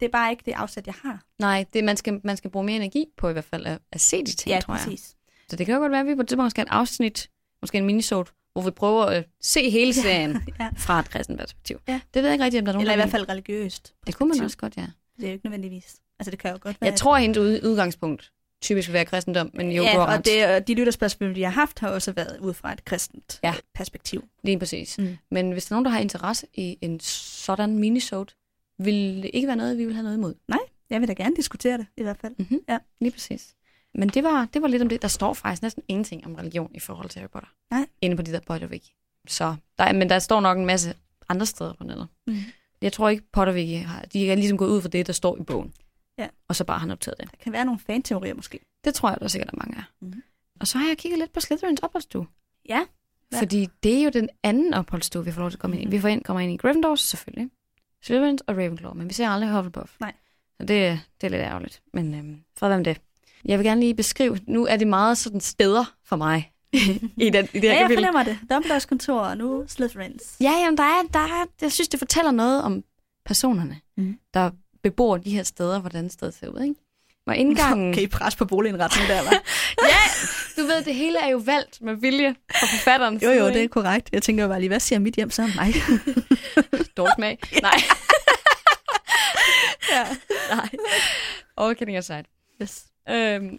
B: Det er bare ikke det afsæt, jeg har.
A: Nej, det, man, skal, man skal bruge mere energi på i hvert fald at, at se de ting, tror jeg.
B: præcis.
A: Så det kan jo godt være, at vi på et tidspunkt skal have et afsnit, måske en minisode, hvor vi prøver at se hele serien
B: Ja.
A: fra et kristent perspektiv.
B: Ja.
A: Det ved jeg ikke rigtigt, om der er nogen,
B: Eller i
A: der
B: hvert
A: vil.
B: fald religiøst.
A: Det kunne man
B: perspektiv.
A: også godt, ja.
B: Det er jo ikke nødvendigvis. Altså, det kan jo godt være.
A: Jeg tror, at hendes ud- udgangspunkt typisk vil være kristendom, men jo, du har
B: ja,
A: ret.
B: og det, og de lytterspørgsmål, jeg har haft, har også været ud fra et kristent
A: Ja.
B: perspektiv.
A: Lige præcis. Mm.
B: Mm.
A: Men hvis der er nogen, der har interesse i en sådan minisode, vil det ikke være noget, vi vil have noget imod.
B: Jeg vil da gerne diskutere det, i hvert fald.
A: Mm-hmm.
B: Ja.
A: Lige præcis. Men det var, det var lidt om det. Der står faktisk næsten ingenting om religion i forhold til Harry Potter.
B: Nej.
A: Inde på de der Potterwiki. Så der, er- men der står nok en masse andre steder på nettet.
B: Mhm.
A: Jeg tror ikke, Potterwiki har... De er ligesom gået ud fra det, der står i bogen.
B: Ja.
A: Og så bare har noteret det.
B: Der kan være nogle fanteorier, måske.
A: Det tror jeg, der sikkert er mange af.
B: Mhm.
A: Og så har jeg kigget lidt på Slytherins opholdsstue.
B: Ja. Hvad? Mhm.
A: Fordi det er jo den anden opholdsstue, vi får lov til at komme ind i. Vi får ind, kommer ind i Gryffindors, selvfølgelig. Slytherins og Ravenclaw, men vi ser aldrig Hufflepuff.
B: Nej.
A: Så det, det er lidt ærgerligt. Men øhm, fred være med det. Jeg vil gerne lige beskrive, nu er det meget sådan steder for mig i, den, i det
B: Ja,
A: her
B: jeg
A: kapitel.
B: fornemmer det. Dumbledores kontor, og nu Slytherins.
A: Ja, jamen, der er, der er, jeg synes, det fortæller noget om personerne,
B: Mhm.
A: der bebor de her steder, hvordan stedet ser ud, ikke? Og indgangen...
B: Kan I presse på boligindretningen der, var?
A: Du ved, det hele er jo valgt med vilje fra forfatteren.
B: jo, jo, det er korrekt. Jeg tænker jo bare lige, hvad siger mit hjem så om mig?
A: Dårligt med. Nej. ja. Nej. Overkending aside.
B: yes.
A: Øhm.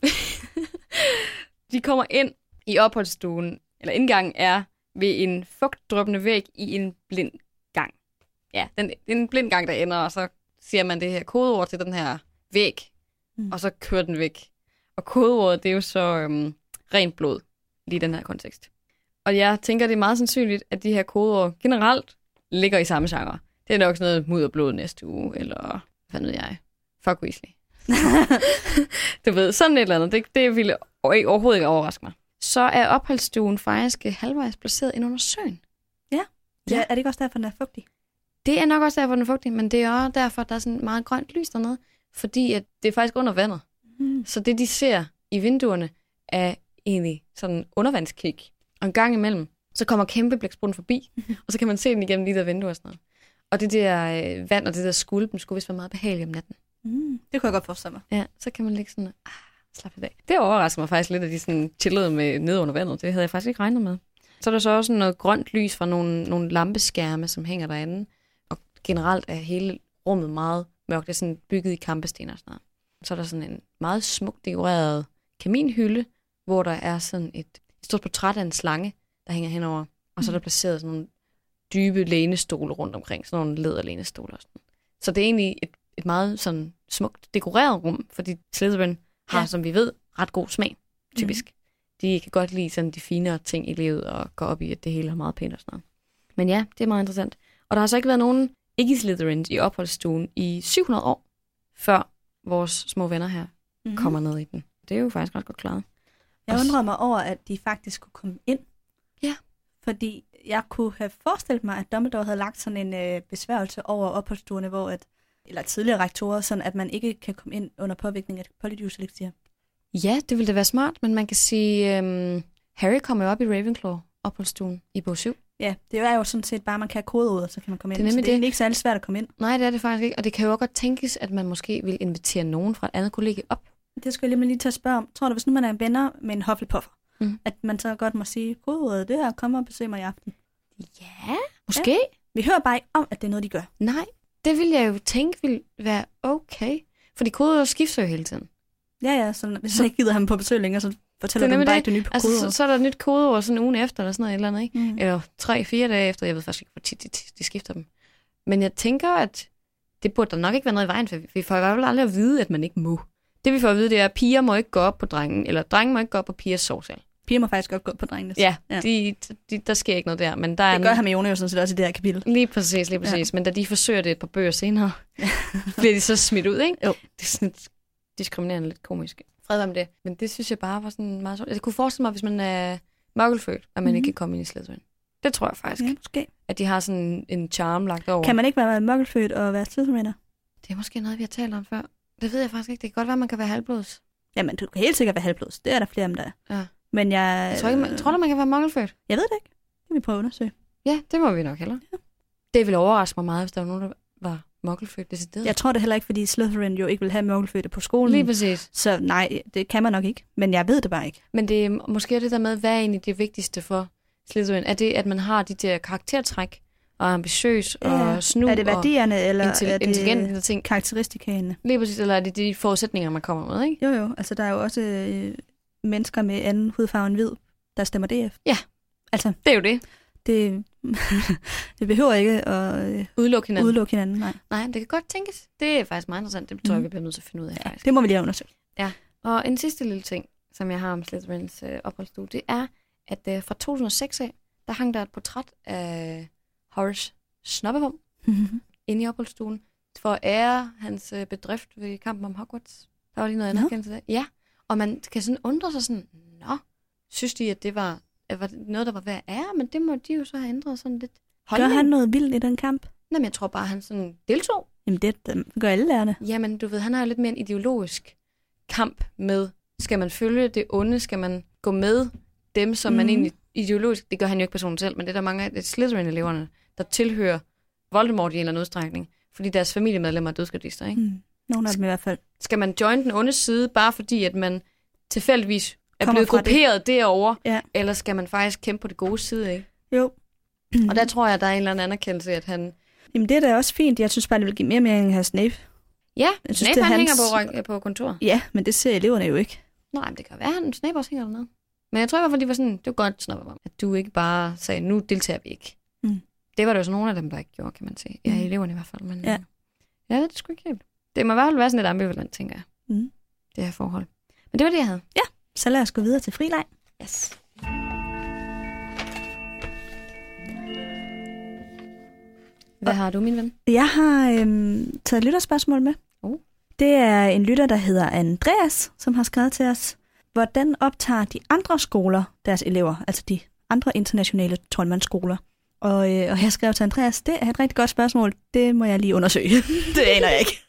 A: De kommer ind i opholdsstuen, eller indgangen er ved en fugtdrøbende væg i en blind gang. Ja, den, en blind gang, der ender, og så siger man det her kodeord til den her væg, mm.
B: Mm.
A: og så kører den væk. Og kodeordet, det er jo så øhm, rent blod, lige i den her kontekst. Og jeg tænker, det er meget sandsynligt, at de her kodeord generelt ligger i samme genre. Det er nok sådan noget mudder blod næste uge, eller hvad ved jeg. Fuck Weasley. du ved, sådan et eller andet. Det, det ville o- ikke- overhovedet ikke overraske mig. Så er opholdsstuen faktisk øh, halvvejs placeret ind under søen. Ja.
B: ja. Er det ikke også derfor, den er fugtig?
A: Det er nok også derfor, den er fugtig, men det er også derfor, der er sådan meget grønt lys dernede. Fordi at det er faktisk under vandet.
B: Mm.
A: Så det, de ser i vinduerne, er egentlig sådan en undervandskik. Og en gang imellem, så kommer kæmpe blæksprutten forbi, og så kan man se den igennem de der vinduer og sådan noget. Og det der øh, vand og det der skulpen skulle vist være meget behageligt om natten.
B: Mm. Det kunne jeg godt forestille mig.
A: Ja, så kan man ligge sådan, ah, slap lidt af. Det overrasker mig faktisk lidt, at de sådan chillede med ned under vandet. Det havde jeg faktisk ikke regnet med. Så er der så også noget grønt lys fra nogle, nogle lampeskærme, som hænger derinde. Og generelt er hele rummet meget mørkt. Det er sådan bygget i kampesten og sådan noget. Så er der sådan en meget smukt dekoreret kaminhylde, hvor der er sådan et, et stort portræt af en slange, der hænger henover. Og så er der placeret sådan nogle dybe lænestole rundt omkring, sådan nogle læderlænestole og sådan. Så det er egentlig et, et meget sådan smukt dekoreret rum, fordi Slytherin har,
B: Ja.
A: ja. som vi ved, ret god smag, typisk. Mm. De kan godt lide sådan de finere ting i livet og gå op i, at det hele er meget pænt og sådan noget. Men ja, det er meget interessant. Og der har så ikke været nogen ikke Slytherins i opholdsstuen i 700 år, før vores små venner her
B: Mm-hmm.
A: kommer ned i den. Det er jo faktisk ret godt klaret.
B: Jeg
A: Også-
B: undrer mig over, at de faktisk kunne komme ind.
A: Ja.
B: Fordi jeg kunne have forestillet mig, at Dumbledore havde lagt sådan en øh, besværgelse over opholdsstuerne, hvor at, eller tidligere rektorer, sådan at man ikke kan komme ind under påvirkning af polydjuselektier.
A: Ja, det ville da være smart, men man kan sige, øhm, Harry kommer jo op i Ravenclaw opholdsstuen i bog 7.
B: Ja, det er jo sådan set bare, at man kan have kodeord, så kan man komme ind.
A: Det er nemlig
B: så det er
A: det.
B: egentlig ikke særlig svært at komme ind.
A: Nej, det er det faktisk ikke, og det kan jo også godt tænkes, at man måske vil invitere nogen fra et andet kollegie op.
B: Det skal jeg lige, lige til at spørge om. Tror du, hvis nu man er venner med en Hufflepuffer,
A: Mhm.
B: at man så godt må sige, kodeordet det her, kom og besøg mig i aften.
A: Ja, måske. Ja.
B: Vi hører bare ikke om, at det er noget, de gør.
A: Nej, det ville jeg jo tænke ville være okay. Fordi koder skifter jo hele tiden.
B: Ja, ja, så hvis
A: Så-
B: man ikke gider ham på besøg længere, så fortæller
A: Det er
B: du dem
A: nemlig
B: bare
A: det.
B: ikke det nye på
A: Altså,
B: kodeord.
A: så, så er der et nyt kodeord sådan en uge efter, eller sådan noget, et eller andet, ikke?
B: mm.
A: eller tre-fire dage efter. Jeg ved faktisk ikke, hvor tit de, de skifter dem. Men jeg tænker, at det burde der nok ikke være noget i vejen, for vi- vi får i hvert fald aldrig at vide, at man ikke må. Det vi får at vide, det er, at piger må ikke gå op på drengen, eller drengen må ikke gå op på pigers sovsal.
B: Piger må faktisk godt gå på drengene.
A: Ja,
B: Ja.
A: ja. De, de, der sker ikke noget der. Men der er
B: Det gør Hermione jo sådan set også i det her kapitel.
A: Lige præcis, lige præcis. Ja. Men da de forsøger det et par bøger senere, bliver de så smidt ud, ikke?
B: Jo.
A: Det er sådan lidt diskriminerende, lidt komisk. Fred være med det. Men det synes jeg bare var sådan meget sjovt. Altså, Jeg kunne forestille mig, hvis man er mørkelfødt, at man
B: Mhm.
A: mm-hmm. ikke kan komme ind i Slytherin. Det tror jeg faktisk.
B: Ja, måske.
A: at de har sådan en charme lagt over.
B: Mm. Kan man ikke være mokkelfødt og være tidsmænder?
A: Det er måske noget, vi har talt om før. Det ved jeg faktisk ikke. Det kan godt være, man kan være halvblods.
B: Jamen, du kan helt sikkert være halvblods. Det er der flere af dem, der er.
A: Ja.
B: Men jeg...
A: Jeg tror, ikke, man, tror du, man kan være mangelfødt?
B: Jeg ved det ikke. Det kan vi prøve at undersøge.
A: Ja, det må vi nok heller. Ja. Det ville overraske mig meget, hvis der var nogen, der var mokkelfødt decideret.
B: Jeg tror det heller ikke, fordi Slytherin jo ikke vil have mokkelfødte på skolen.
A: Lige præcis.
B: så nej, det kan man nok ikke. Men jeg ved det bare ikke.
A: Men det er måske det der med, hvad er egentlig det vigtigste for Slytherin? Er det, at man har de der karaktertræk, og er ambitiøs,
B: Ja.
A: og snu,
B: er det værdierne,
A: og
B: eller er
A: intelli-
B: det
A: intelligente ting?
B: karakteristikaene?
A: Lige præcis, eller er det de forudsætninger, man kommer med, ikke?
B: Jo, jo. Altså, der er jo også øh, mennesker med anden hudfarve end hvid, der stemmer DF.
A: Ja.
B: Altså,
A: Det er jo det.
B: det, det behøver ikke at øh,
A: Udelukke hinanden.
B: udelukke hinanden. Nej.
A: Nej, det kan godt tænkes. Det er faktisk meget interessant. Det tror jeg,
B: Mhm.
A: vi bliver nødt til at finde ud af, faktisk.
B: Det må vi lige have undersøgt.
A: Og en sidste lille ting, som jeg har om Slytherins øh, opholdsstue, det er, at øh, fra 2006 af, der hang der et portræt af Horace Snobbevum inde i opholdsstuen, for at ære hans øh, bedrift ved kampen om Hogwarts. Der var lige noget
B: Nå.
A: anerkendelse der. Ja, og man kan sådan undre sig sådan, nå, synes de, at det var, at var noget, der var værd at ære, men det må de jo så have ændret sådan lidt.
B: Gør
A: Holdning.
B: han noget vildt i den kamp?
A: Nå, men jeg tror bare, han sådan deltog.
B: Jamen, det, det gør alle lærerne.
A: Jamen, du ved, han har jo lidt mere en ideologisk kamp med, skal man følge det onde, skal man gå med dem, som mm. man
B: Mhm.
A: egentlig ideologisk, det gør han jo ikke personligt selv, men det er der mange af Slytherin-eleverne, der tilhører Voldemort i en eller anden udstrækning, fordi deres familiemedlemmer er dødsgardister, ikke? Mm.
B: Mm. Nogle af dem i hvert fald.
A: Skal man join den onde side, bare fordi, at man tilfældigvis er
B: Kommer
A: blevet
B: fra det.
A: grupperet det. derovre,
B: Ja.
A: eller skal man faktisk kæmpe på det gode side, ikke?
B: Jo. Mm.
A: Og der tror jeg, der er en eller anden anerkendelse, at han...
B: Jamen, det er da også fint. Jeg synes bare, det vil give mere mening at have Snape.
A: Ja,
B: Jeg synes,
A: Snape,
B: det er
A: han
B: hans-
A: hænger på, på kontor.
B: Ja, men det ser eleverne jo ikke.
A: Nej, men det kan være, han snapper også hænger dernede. Men jeg tror i hvert fald, de var sådan, det var godt, snapper om, at du ikke bare sagde, nu deltager vi ikke.
B: Mm.
A: Det var der jo så nogle af dem, der ikke gjorde, kan man sige. Ja,
B: Mm.
A: eleverne i hvert fald. Men
B: Ja.
A: ja. jeg ved det sgu ikke helt. Det må i hvert fald være sådan lidt ambivalent, tænker jeg.
B: Mm.
A: Det her forhold. Men det var det, jeg havde.
B: Så lad os gå videre til frileg.
A: Yes. Hvad har du, min ven?
B: Jeg har øhm, taget et lytterspørgsmål med.
A: Oh.
B: Det er en lytter, der hedder Andreas, som har skrevet til os. Hvordan optager de andre skoler deres elever, altså de andre internationale tolvmandsskoler? Og, øh, og jeg skrev til Andreas, det er et rigtig godt spørgsmål. Det må jeg lige undersøge. det aner jeg ikke.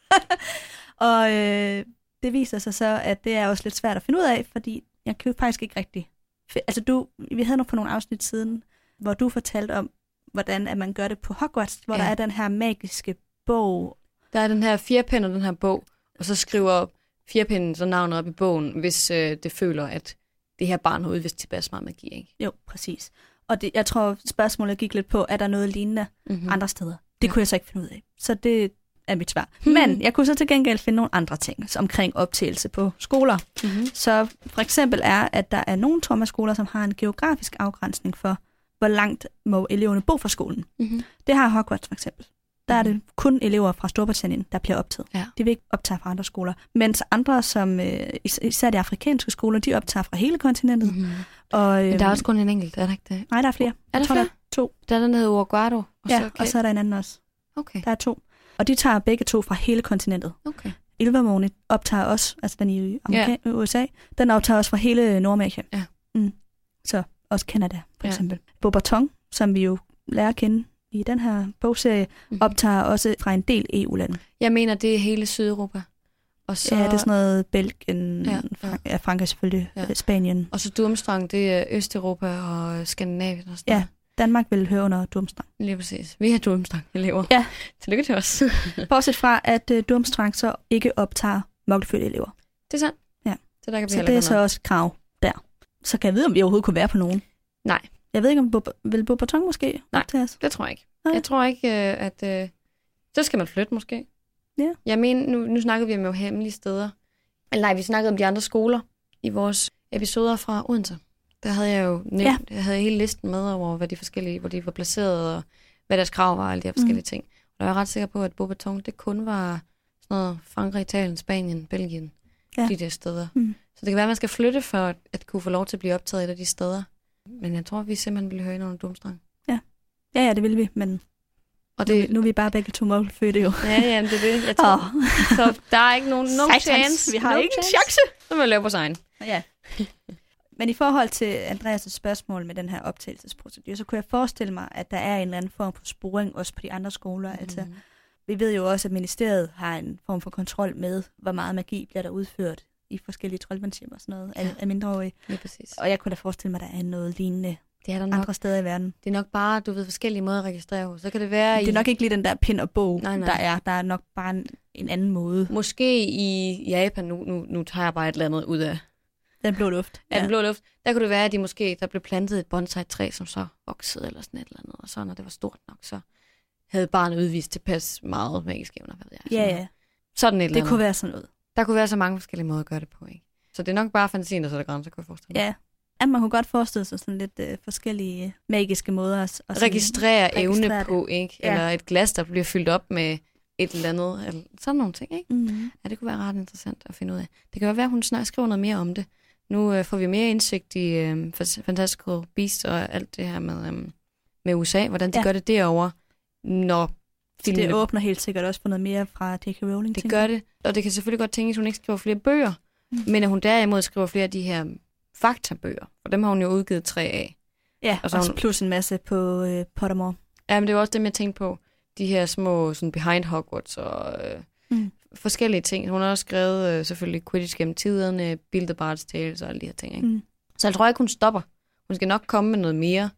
B: og øh, det viser sig så, at det er også lidt svært at finde ud af, fordi jeg kan jo faktisk ikke rigtig... fi- Altså du, vi havde nok for nogle afsnit siden, hvor du fortalte om, hvordan at man gør det på Hogwarts, hvor
A: Ja.
B: der er den her magiske bog.
A: Der er den her firpind og den her bog, og så skriver firpinden så navnet op i bogen, hvis øh, det føler, at det her barn har udvist tilpas meget magi, ikke?
B: Jo, præcis. Og det, jeg tror, spørgsmålet gik lidt på, er der noget lignende
A: Mm-hmm.
B: andre steder? Det
A: Ja. Hmm.
B: kunne jeg så ikke finde ud af. Så det er mit svar. Men jeg kunne så til gengæld finde nogle andre ting så omkring optagelse på skoler.
A: Mm-hmm.
B: Så for eksempel er, at der er nogle Thomas-skoler, som har en geografisk afgrænsning for, hvor langt må eleverne bo fra skolen.
A: Mm-hmm.
B: Det har Hogwarts for eksempel. Der er det kun elever fra Storbritannien, der bliver optaget.
A: Mhm. Ja.
B: De vil ikke optage fra andre skoler. Mens andre, som øh, is- især de afrikanske skoler, de optager fra hele kontinentet. Mm.
A: Mm-hmm.
B: Og,
A: Men der er også kun en enkelt, er der ikke det?
B: Nej, der er flere.
A: Er der
B: Øhm. tror, der
A: flere?
B: to.
A: Der er den, der hedder Uruguado. Og
B: ja,
A: så,
B: og så er der en anden også.
A: Okay,
B: Der er to. Og de tager begge to fra hele kontinentet.
A: okay.
B: Ilvermåne optager også, altså den i Amerika- USA, den optager også fra hele Nordamerika.
A: Ja.
B: Mm. Så også Canada, for
A: Ja.
B: eksempel. Bobaton, som vi jo lærer at kende i den her bogserie,
A: Mhm.
B: optager også fra en del E EU-lande.
A: Jeg mener, det er hele Sydeuropa. Og så,
B: Så... Ja, det er sådan noget Belgien,
A: Ja,
B: ja,
A: ja.
B: Frank- ja. Frankrig selvfølgelig,
A: Ja.
B: ja. Spanien.
A: og så Durmstrang, det er Østeuropa og Skandinavien og sådan
B: Ja.
A: noget.
B: Danmark vil høre under Durmstrang.
A: Lige præcis. Vi har Durmstrang-elever.
B: Ja.
A: Tillykke til os.
B: Bortset fra, at uh, Durmstrang så ikke optager mokkelfødte elever.
A: det er sandt.
B: Ja.
A: Så der kan vi
B: Så
A: heller
B: det er
A: ikke
B: så
A: noget.
B: også et krav der. Så kan jeg vide, om vi overhovedet kunne være på nogen.
A: Nej.
B: Jeg ved ikke, om Bob- vil Bobaton måske
A: Nej.
B: optage os?
A: Det tror jeg ikke.
B: Nej.
A: Jeg tror ikke, øh, at... Øh, så skal man flytte måske.
B: Ja.
A: Jeg mener, nu, nu snakkede vi om jo hemmelige steder. Eller nej, vi snakkede om de andre skoler i vores episoder fra Odense. Der havde jeg jo nævnt, ja.
B: Ja.
A: jeg havde hele listen med over, hvad de forskellige, hvor de var placeret, og hvad deres krav var, og alle de her forskellige mm. ting. Og der var jeg ret sikker på, at Bobaton, det kun var sådan noget Frankrig, Italien, Spanien, Belgien, ja.
B: Ja.
A: de der steder.
B: Mm.
A: Så det kan være, at man skal flytte for at, at kunne få lov til at blive optaget et af de steder. Men jeg tror, vi simpelthen ville høre ind under dumstrang.
B: Ja, ja, det vil vi, men
A: Og
B: nu,
A: det,
B: nu er vi bare begge to mokkelfødte jo.
A: Ja, ja, men det er det, jeg tror.
B: Åh,
A: Så der er ikke nogen no
B: satans,
A: chance.
B: Vi har
A: no
B: ikke en
A: chance.
B: chance.
A: Så må jeg lave vores egen.
B: Ja. Men i forhold til Andreas' spørgsmål med den her optagelsesprocedur, så kunne jeg forestille mig, at der er en eller anden form for sporing også på de andre
A: Mhm.
B: skoler. Mm. Altså, vi ved jo også, at ministeriet har en form for kontrol med, hvor meget magi bliver der udført i forskellige troldmandshjem og sådan noget af,
A: Ja.
B: af mindreårige.
A: Ja, præcis.
B: Og jeg kunne da forestille mig, at der er noget lignende
A: Det er der nok.
B: andre steder i verden.
A: Det er nok bare, du ved, forskellige måder at registrere hos. Så kan det være
B: Det
A: i,
B: er nok ikke lige den der pind og bog,
A: Nej, nej.
B: der er. Der er nok bare en, en anden måde.
A: måske i Japan, nu, nu, nu tager jeg bare et eller andet ud af,
B: Den blå luft.
A: af den blå luft, der kunne det være, at de måske, der blev plantet et bonsai-træ, som så voksede eller sådan et eller andet, og så når det var stort nok, så havde barnet udvist tilpas meget magiske evner, hvad ved jeg.
B: Ja,
A: Sådan-
B: ja.
A: Sådan et eller
B: Det
A: andet.
B: kunne være sådan noget.
A: Der kunne være så mange forskellige måder at gøre det på, ikke? Så det er nok bare fantasien, der sætter grænser, kunne jeg forestille mig.
B: Ja. At man kunne godt forestille sig sådan lidt øh, forskellige magiske måder. At, at sådan-
A: registrere evne
B: registrere det.
A: på, ikke?
B: Ja.
A: Eller et glas, der bliver fyldt op med et eller andet. Eller sådan nogle ting, ikke?
B: Mhm.
A: Ja, det kunne være ret interessant at finde ud af. Det kan godt være, at hun snart skriver noget mere om det. Nu øh, får vi mere indsigt i øh, Fas- Fantastical Beasts og alt det her med, øh, med USA. Hvordan de ja.
B: Ja.
A: gør det derovre, når
B: Så
A: filmene...
B: det åbner helt sikkert også for noget mere fra J.K. Rowling.
A: det
B: tænker
A: gør
B: jeg.
A: det. Og det kan selvfølgelig godt tænkes, at hun ikke skriver flere bøger.
B: Mm.
A: Men at hun derimod skriver flere af de her faktabøger. Og dem har hun jo udgivet tre af.
B: Ja,
A: Og
B: og
A: så
B: så
A: har
B: også
A: hun-
B: plus en masse på øh, Pottermore.
A: Ja, men det var også dem, jeg tænkte på. De her små sådan behind Hogwarts og øh, mm.
B: Mm.
A: forskellige ting. Hun har også skrevet øh, selvfølgelig Quidditch gennem tiderne, Bill the Bard's Tales og alle de her ting. Ikke? Mm.
B: Mm.
A: Så jeg tror ikke, hun stopper. Hun skal nok komme med noget mere.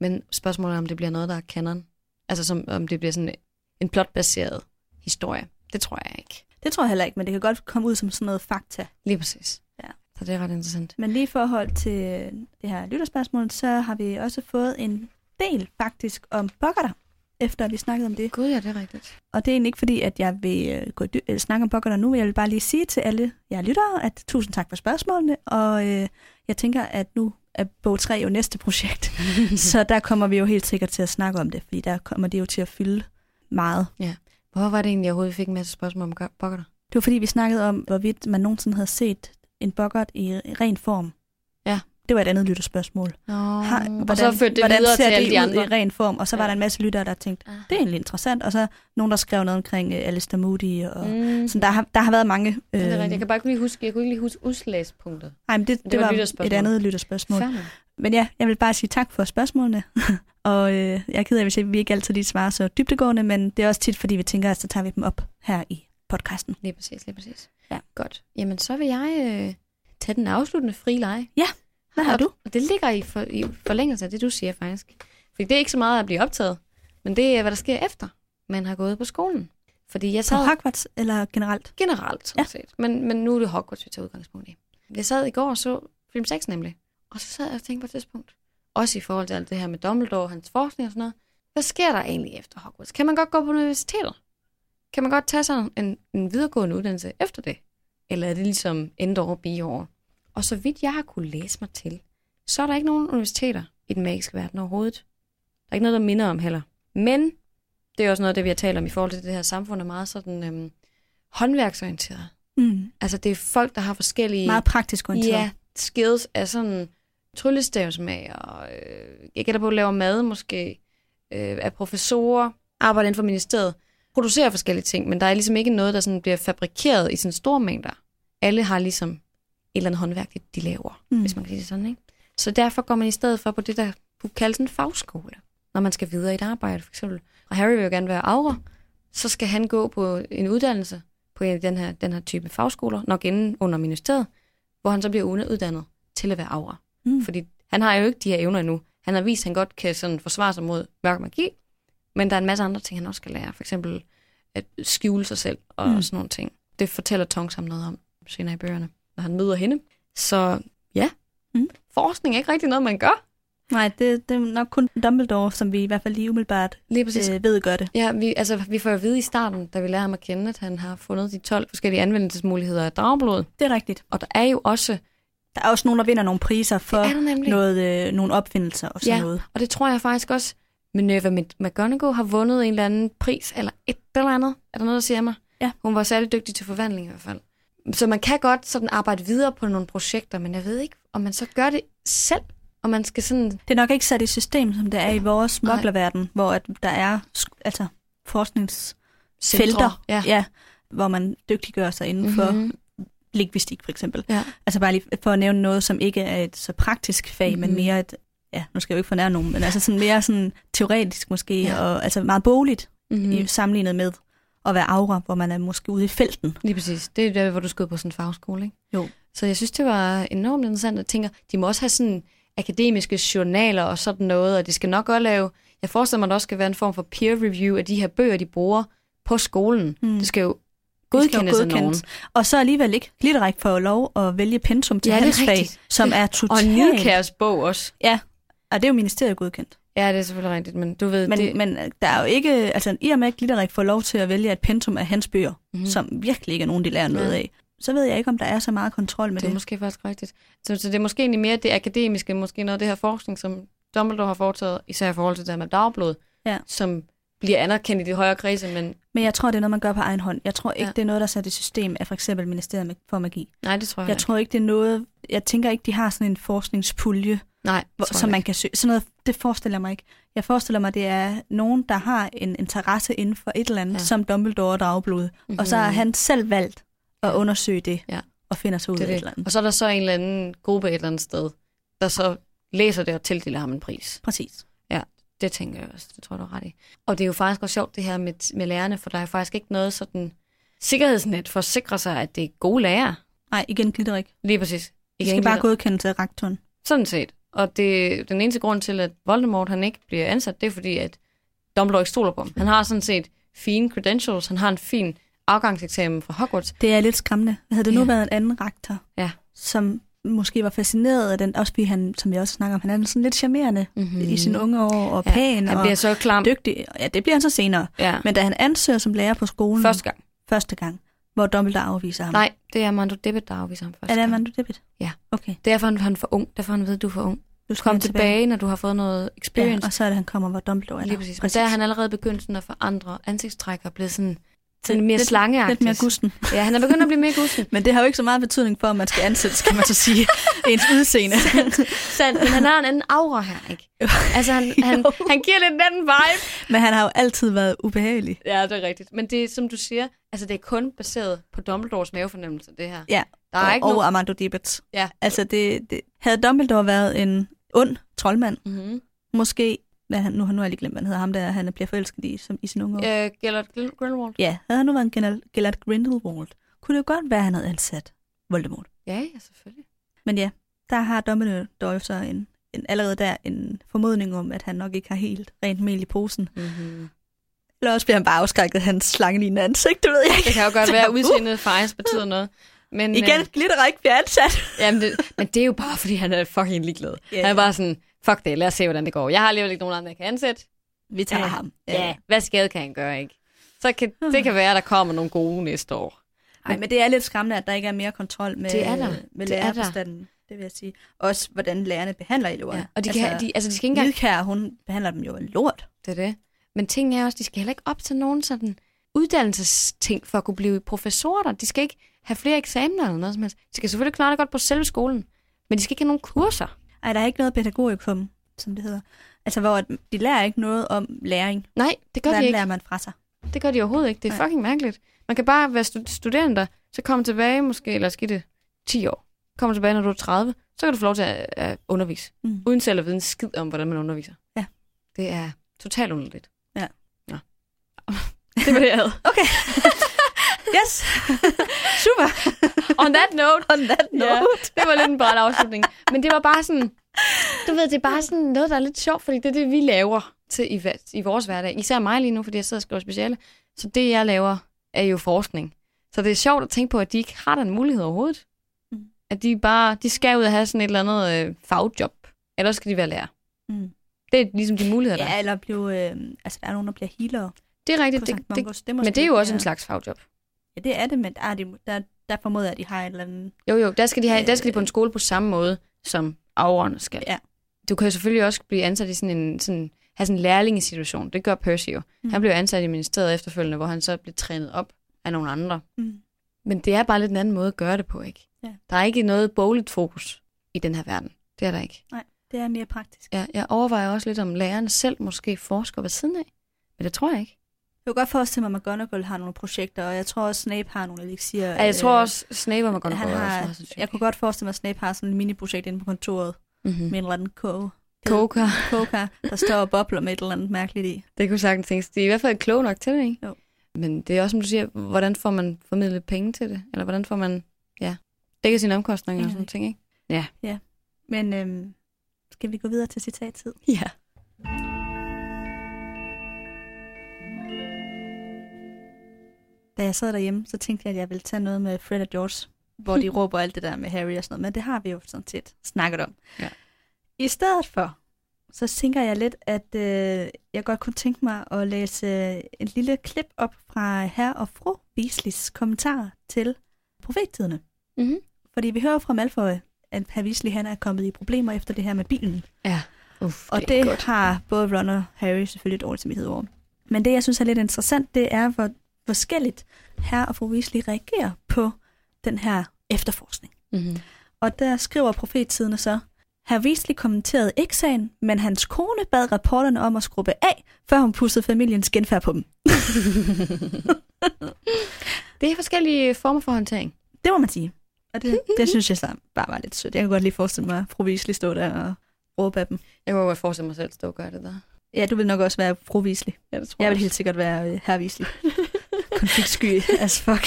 A: Men spørgsmålet er, om det bliver noget, der er canon. Altså som, om det bliver sådan en plotbaseret historie. Det tror jeg ikke.
B: Det tror jeg heller ikke, men det kan godt komme ud som sådan noget fakta.
A: Lige præcis.
B: Ja.
A: Så det er ret interessant.
B: Men lige i forhold til øh, det her lytterspørgsmål, så har vi også fået en del faktisk om Bogota, efter vi snakkede om det.
A: Gud, ja, det er rigtigt.
B: Og det er egentlig ikke fordi, at jeg vil øh, gå dy- øh, snakke om pokkerne nu. Jeg vil bare lige sige til alle jer lyttere, at tusind tak for spørgsmålene. Og øh, jeg tænker, at nu er bog 3 jo næste projekt. så der kommer vi jo helt sikkert til at snakke om det, fordi der kommer det jo til at fylde meget.
A: Hvor var det egentlig, jeg overhovedet fik en masse spørgsmål om gø- pokker?
B: Det var fordi, vi snakkede om, hvorvidt man nogensinde havde set en bokkert i ren form.
A: Ja.
B: Det var et andet lytterspørgsmål.
A: Nå,
B: Har-
A: og så førte det
B: hvordan
A: videre til
B: ser
A: alle
B: det
A: de
B: ud
A: andre.
B: i ren form? Og så var
A: Ja.
B: der en masse lyttere, der tænkte,
A: Ah.
B: det er egentlig interessant. Og så nogen, der skrev noget omkring øh, Alistair Moody. Og,
A: Mm.
B: Så der har, der har været mange... Øh,
A: Ja, det er rigtigt. Jeg kan bare ikke lige huske, jeg kunne ikke lige huske udslagspunktet.
B: Nej, men det,
A: Det
B: det,
A: var et
B: var, var et
A: lytterspørgsmål.
B: andet lytterspørgsmål.
A: Fair nok.
B: Men ja, jeg vil bare sige tak for spørgsmålene. og øh, jeg er ked af, hvis jeg- vi ikke altid lige svarer så dybtegående, men det er også tit, fordi vi tænker, at så tager vi dem op her i podcasten.
A: Lige præcis, lige præcis.
B: Ja.
A: Godt. Jamen, så vil jeg øh, tage den afsluttende fri leg.
B: Hvad har
A: Og-
B: du?
A: Og det ligger i, for, i forlængelse af det, du siger faktisk. Fordi det er ikke så meget at blive optaget, men det er, hvad der sker efter, man har gået på skolen. Fordi jeg
B: På
A: sad
B: Hogwarts eller generelt?
A: generelt, sådan
B: Ja.
A: set. Men, men nu er det Hogwarts, vi tager udgangspunkt i. Jeg sad i går og så film 6 nemlig. Og så sad jeg og tænkte på et tidspunkt, også i forhold til alt det her med Dumbledore og hans forskning og sådan noget. Hvad sker der egentlig efter Hogwarts? Kan man godt gå på universitetet? Kan man godt tage sig en, en videregående uddannelse efter det? Eller er det ligesom endte over biår? Og så vidt jeg har kunne læse mig til, så er der ikke nogen universiteter, i den magiske verden overhovedet. Der er ikke noget, der minder om heller. Men det er også noget af det, vi har talt om i forhold til det her samfund, er meget sådan øhm, håndværksorienteret.
B: Mm.
A: Altså det er folk, der har forskellige
B: Meget praktisk orienteret.
A: Øh, ja, skills af sådan tryllestavsmag, og øh, jeg gætter på, at laver mad måske, øh, er professorer, arbejder inden for ministeriet, producerer forskellige ting, men der er ligesom ikke noget, der sådan bliver fabrikeret i sådan store mængder. Alle har ligesom et eller andet håndværk, de- de laver, mm.
B: Mm.
A: hvis man kan sige det sådan, ikke? Så derfor går man i stedet for på det, der kunne kaldes en fagskole, når man skal videre i et arbejde, for eksempel. Og Harry vil jo gerne være aura, så skal han gå på en uddannelse på en af den her, den her type fagskoler, nok inden under ministeriet, hvor han så bliver underuddannet til at være aura.
B: Mm.
A: Fordi han har jo ikke de her evner endnu. Han har vist, at han godt kan sådan forsvare sig mod mørk magi, men der er en masse andre ting, han også skal lære. For eksempel at skjule sig selv og mm.
B: Mm.
A: sådan nogle ting. Det fortæller Tongs ham noget om senere i bøgerne, når han møder hende. Så ja,
B: Mm.
A: forskning er ikke rigtig noget, man gør.
B: Nej, det, det er nok kun Dumbledore, som vi i hvert fald lige umiddelbart
A: Lige præcis.
B: øh, ved gør det.
A: Ja, vi, altså, vi får jo at vide i starten, da vi lærer ham at kende, at han har fundet de 12 forskellige anvendelsesmuligheder af drageblod.
B: Det er rigtigt.
A: Og der er jo også...
B: Der er også nogen, der vinder nogle priser for
A: Det er der nemlig.
B: noget, øh, nogle opfindelser og sådan
A: Ja.
B: noget.
A: Og det tror jeg faktisk også, Minerva Mc- McGonagall har vundet en eller anden pris, eller et eller andet. Er der noget, der siger mig?
B: Ja.
A: Hun var særlig dygtig til forvandling i hvert fald. Så man kan godt sådan arbejde videre på nogle projekter, men jeg ved ikke, om man så gør det selv, og man skal sådan...
B: Det er nok ikke sat i system, som det er i vores smoglerverden, hvor at der er sk- altså, forskningsfelter,
A: Centre. Ja.
B: ja, hvor man dygtiggør sig inden mm-hmm. for
A: Mhm.
B: lingvistik for eksempel.
A: Ja.
B: Altså bare lige for at nævne noget, som ikke er et så praktisk fag, mm-hmm.
A: Mhm.
B: men mere et, ja, nu skal jeg jo ikke fornære nogen, men altså sådan mere sådan teoretisk måske,
A: Ja.
B: ja. og altså meget boligt
A: Mm-hmm.
B: mm. i, sammenlignet med at være aura, hvor man er måske ude i felten.
A: Lige præcis. Det er der, hvor du skal ud på sådan en fagskole, ikke?
B: Jo.
A: Så jeg synes, det var enormt interessant at tænke, de må også have sådan akademiske journaler og sådan noget, og de skal nok også lave, jeg forestiller mig, der også skal være en form for peer review af de her bøger, de bruger på skolen. Mm.
B: Mm.
A: Det skal jo
B: Det skal jo
A: godkendes af nogen.
B: godkendes. Og så alligevel ikke glitterik får lov at vælge pensum til
A: Ja,
B: ja,
A: det er
B: hans fag,
A: rigtigt.
B: som er
A: Og
B: totalt...
A: Nidkærs bog også.
B: Ja, og det er jo ministeriet godkendt.
A: Ja, det er selvfølgelig rigtigt, men du ved,
B: Men,
A: det,
B: det... men øh, der er jo ikke... Altså, i og med at glitterik får lov til at vælge et pensum af hans bøger,
A: Mhm.
B: mm. som virkelig ikke er nogen, de lærer noget
A: Ja.
B: ja. af, så ved jeg ikke, om der er så meget kontrol med
A: det er
B: det.
A: måske faktisk rigtigt. Så, så det er måske egentlig mere det akademiske, måske noget af det her forskning, som Dumbledore har foretaget, især i forhold til det her med dagblod,
B: Ja.
A: som bliver anerkendt i de højere kredse, men
B: Men jeg tror, det er noget, man gør på egen hånd. Jeg tror ikke,
A: Ja.
B: ja. det er noget, der er sat i system af for eksempel ministeriet for magi.
A: nej, det tror jeg,
B: Jeg tror ikke, det er noget... Jeg tænker ikke, de har sådan en forskningspulje,
A: Nej,
B: hvor,
A: tror jeg
B: som
A: ikke.
B: man kan søge. Sådan noget, det forestiller jeg mig ikke. Jeg forestiller mig, det er nogen, der har en interesse inden for et eller andet,
A: Ja. Mhm.
B: ja. som Dumbledore og Dragblod. Mm-hmm. Og så har han selv valgt at undersøge det,
A: Ja.
B: og finder sig ud
A: det
B: af
A: er
B: et
A: det.
B: eller andet.
A: Og så er der så en eller anden gruppe et eller andet sted, der så læser det og tildeler ham en pris.
B: Præcis.
A: Det tænker jeg også, det tror jeg, du har ret i. Og det er jo faktisk også sjovt det her med, med lærerne, for der er faktisk ikke noget sådan sikkerhedsnet for at sikre sig, at det er gode lærere.
B: Nej, igen Glitterik.
A: Lige præcis.
B: Vi
A: Ikke
B: skal
A: enkelte-
B: bare godkende til rektoren.
A: Sådan set. Og det, den eneste grund til, at Voldemort han ikke bliver ansat, det er fordi, at Dumbledore ikke stoler på ham. Han har sådan set fine credentials, han har en fin afgangseksamen fra Hogwarts.
B: Det er lidt skræmmende. Havde det nu
A: Ja.
B: ja. været en anden rektor,
A: Ja.
B: som måske var fascineret af den, også fordi han, som jeg også snakker om, han er sådan lidt charmerende
A: Mhm.
B: mm-hmm. i sine unge år, og
A: Ja,
B: pæn,
A: Han
B: og
A: bliver så klam
B: dygtig. Ja, det bliver han så senere.
A: ja,
B: Men da han ansøger som lærer på skolen
A: første gang.
B: første gang, hvor Dumbledore afviser ham.
A: Nej, det er Armando Debit, der afviser ham først.
B: Er det Armando Debit?
A: Ja.
B: Okay.
A: Derfor er han, han er for ung. Derfor er han ved, at du er for ung.
B: Du
A: Kom tilbage, tilbage, når du har fået noget
B: Ja,
A: experience.
B: og så er det, han kommer, hvor Dumbledore er
A: Lige
B: der.
A: præcis. præcis. Og der er han allerede begyndt sådan at forandre ansigtstræk og blive sådan, sådan mere
B: Lidt-
A: slangeagtig.
B: Lidt mere gusten.
A: Ja, han er begyndt at blive mere gusten.
B: Men det har jo ikke så meget betydning for, om man skal ansættes, kan man så sige, ens udseende.
A: Sandt, men han har en anden aura her, ikke? Altså, han, han, han giver lidt en anden vibe.
B: Men han har jo altid været ubehagelig.
A: Ja, det er rigtigt. Men det er, som du siger, altså det er kun baseret på Dumbledores mavefornemmelse, det her.
B: Ja,
A: Der er
B: og,
A: ikke
B: og
A: nogen...
B: Armando Dibet.
A: Ja.
B: Altså, det, det, havde Dumbledore været en ond troldmand,
A: Mm-hmm.
B: måske, hvad han, nu, nu har jeg lige glemt, hvad han hedder ham der, han bliver forelsket i, som, i sin unge år.
A: Øh, Gellert Grin- Grindelwald.
B: Ja, havde han nu været en Gennel- Gellert Grindelwald, kunne det jo godt være, at han havde ansat Voldemort.
A: Ja, ja, selvfølgelig.
B: Men ja, der har Dumbledore jo så en, en, allerede der en formodning om, at han nok ikke har helt rent mel i posen.
A: Mm-hmm.
B: Eller også bliver han bare afskrækket af hans slangelignende ansigt, det ved jeg ikke.
A: Det kan jo godt være, at
B: Uh!
A: udseendet faktisk betyder noget. Men,
B: Igen,
A: Øh,
B: glitter ikke bliver ansat.
A: jamen det, men det er jo bare, fordi han er fucking ligeglad.
B: Ja.
A: Han er bare sådan, fuck det, lad os se, hvordan det går. Jeg har alligevel ikke nogen andre, jeg kan ansætte.
B: Vi tager ham.
A: Ja, hvad skade kan han gøre, ikke? Så kan, det kan være, at der kommer nogle gode næste år.
B: Ej, men det er lidt skræmmende, at der ikke er mere kontrol med,
A: Det er der.
B: med
A: Det er der.
B: lærerforstanden. det vil jeg sige. Også hvordan lærerne behandler eleverne.
A: Ja. Og de, kan, altså, de, altså, de skal ikke engang...
B: Nidkær, hun behandler dem jo en lort.
A: Det er det. Men ting er også, de skal heller ikke op til nogen sådan uddannelsesting for at kunne blive professorer. De skal ikke have flere eksamener eller noget som helst. De skal selvfølgelig klare det godt på selve skolen, men de skal ikke have nogen kurser.
B: Ej, der er ikke noget pædagogikum, som det hedder. Altså, hvor at de lærer ikke noget om læring.
A: Nej, det gør
B: Hvordan
A: de ikke.
B: lærer man fra sig?
A: Det gør de overhovedet ikke. Det er
B: Nej.
A: fucking mærkeligt. Man kan bare være stud- studenter, så komme tilbage måske, eller skidt det, 10 år. Kommer tilbage, når du er 30, så kan du få lov til at, at undervise.
B: Mm.
A: Uden selv at vide en skid om, hvordan man underviser.
B: Ja.
A: Det er totalt underligt.
B: Ja.
A: Nå. det var det, jeg havde.
B: Okay. yes. Super.
A: On that note.
B: On that
A: Ja,
B: note.
A: det var lidt en bræt afslutning. Men det var bare sådan, du ved, det er bare sådan noget, der er lidt sjovt, fordi det er det, vi laver til i, hver- i vores hverdag. Især mig lige nu, fordi jeg sidder og skriver speciale. Så det, jeg laver, er jo forskning. Så det er sjovt at tænke på, at de ikke har den mulighed overhovedet.
B: Mm.
A: At de bare, de skal ud og have sådan et eller andet øh, fagjob. Ellers skal de være lærer.
B: Mm.
A: Det er ligesom de muligheder, der
B: Ja,
A: er.
B: eller blive, øh, altså, der er nogen, der bliver healere
A: Det er
B: på
A: rigtigt.
B: Sankt
A: Det, det,
B: Mongos. Det,
A: men det er jo også en slags fagjob.
B: Ja, det er det, men der, er de, der, der formoder jeg, at de har et eller andet...
A: Jo, jo, der skal de, have, der skal de på en skole på samme måde, som afrørende skal.
B: Øh, Ja.
A: Du kan jo selvfølgelig også blive ansat i sådan en, sådan, have sådan en lærlingesituation. Det gør Percy jo. Mm.
B: Mm.
A: Han blev ansat i ministeriet efterfølgende, hvor han så blev trænet op af nogle andre.
B: Mm.
A: Men det er bare lidt en anden måde at gøre det på, ikke?
B: Ja.
A: Der er ikke noget bogligt fokus i den her verden. Det er der ikke.
B: Det er mere praktisk.
A: Jeg, jeg overvejer også lidt, om lærerne selv måske forsker ved siden af. Men det tror jeg ikke.
B: Jeg kunne godt forestille mig, at McGonagall har nogle projekter, og jeg tror også, Snape har nogle elixier.
A: Ja, Altså, jeg tror
B: øh,
A: også, Snape og McGonagall
B: han
A: er også
B: har-
A: meget sandsynligt.
B: Jeg kunne godt forestille mig, at Snape har sådan et mini-projekt inde på kontoret
A: Mm-hmm.
B: med en eller anden koge.
A: Coca.
B: Coca, der står og bobler med et eller andet mærkeligt i.
A: Det kunne sagtens tænkes. De er i hvert fald kloge nok til det, ikke?
B: Jo.
A: Men det er også, som du siger, hvordan får man formidlet penge til det? Eller hvordan får man, ja, dækket sine omkostninger og
B: Ja,
A: sådan nogle ting, ikke?
B: Men øhm, skal vi gå videre til citattid?
A: Ja.
B: Da jeg sad derhjemme, så tænkte jeg, at jeg ville tage noget med Fred og George, hvor de råber alt det der med Harry og sådan noget, men det har vi jo sådan set snakket om.
A: Ja.
B: I stedet for, så tænker jeg lidt, at øh, jeg godt kunne tænke mig at læse et lille klip op fra herre og fru Beasleys kommentarer til profettiderne.
A: Mm-hmm.
B: Fordi vi hører fra Malfoy, at herr Weasley han er kommet i problemer efter det her med bilen.
A: Uff,
B: Og det har både Ron og Harry selvfølgelig dårlig samvittighed over. Men det, jeg synes er lidt interessant, det er, hvor forskelligt her og fru Weasley reagerer på den her efterforskning.
A: Mm-hmm.
B: Og der skriver profettiderne så, Herr Weasley kommenterede ikke sagen, men hans kone bad reporterne om at skrubbe af, før hun pussede familiens genfærd på dem.
A: det er forskellige former for håndtering.
B: Det må man sige. Og det, det synes jeg så bare var lidt sødt. Jeg kan godt lige forestille mig, at fru Weasley stå der og råbe af dem.
A: Jeg kunne godt forestille mig selv at stå og gøre det der.
B: Ja, du vil nok også være fru Weasley.
A: Ja, det tror
B: Jeg vil helt sikkert være øh, herr Weasley. Konfliktsky as fuck.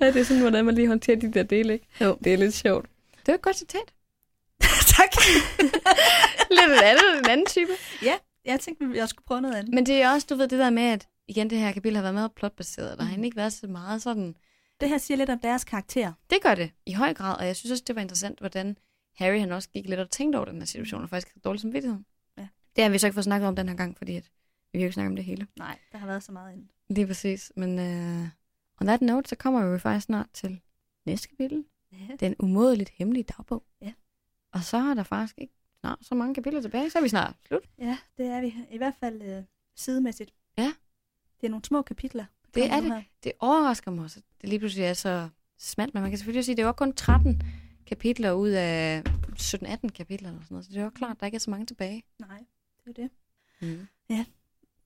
A: ja, det er sådan, hvordan man lige håndterer de der dele, ikke?
B: Jo.
A: Det er lidt sjovt. Det er et godt citat.
B: tak.
A: lidt en anden, en anden type.
B: Jeg tænkte, jeg skulle prøve noget andet.
A: Men det er også, du ved, det der med, at igen, det her kapitel har været meget plotbaseret, og der har egentlig ikke været så meget sådan
B: Det her siger lidt om deres karakter.
A: Det gør det, i høj grad. Og jeg synes også, det var interessant, hvordan Harry han også gik lidt og tænkte over den her situation, og faktisk havde dårlig samvittighed.
B: Ja.
A: Det har vi så ikke fået snakket om den her gang, fordi at vi kan jo ikke snakke om det hele.
B: Nej, der har været så meget andet.
A: Lige præcis. Men uh, on that note, så kommer vi faktisk snart til næste kapitel.
B: Ja.
A: Den umådeligt hemmelige dagbog.
B: Ja.
A: Og så er der faktisk ikke snart så mange kapitler tilbage, så er vi snart slut.
B: ja, det er vi. I hvert fald øh, sidemæssigt.
A: Ja.
B: Det er nogle små kapitler. der
A: Det
B: kommer
A: er
B: nu her.
A: Det overrasker mig også, at det lige pludselig er så smalt, men man kan selvfølgelig også sige, at det var kun 13 kapitler ud af 17-18 kapitler eller sådan noget, så det er jo klart, at der ikke er så mange tilbage.
B: Nej, det er jo det.
A: Mm.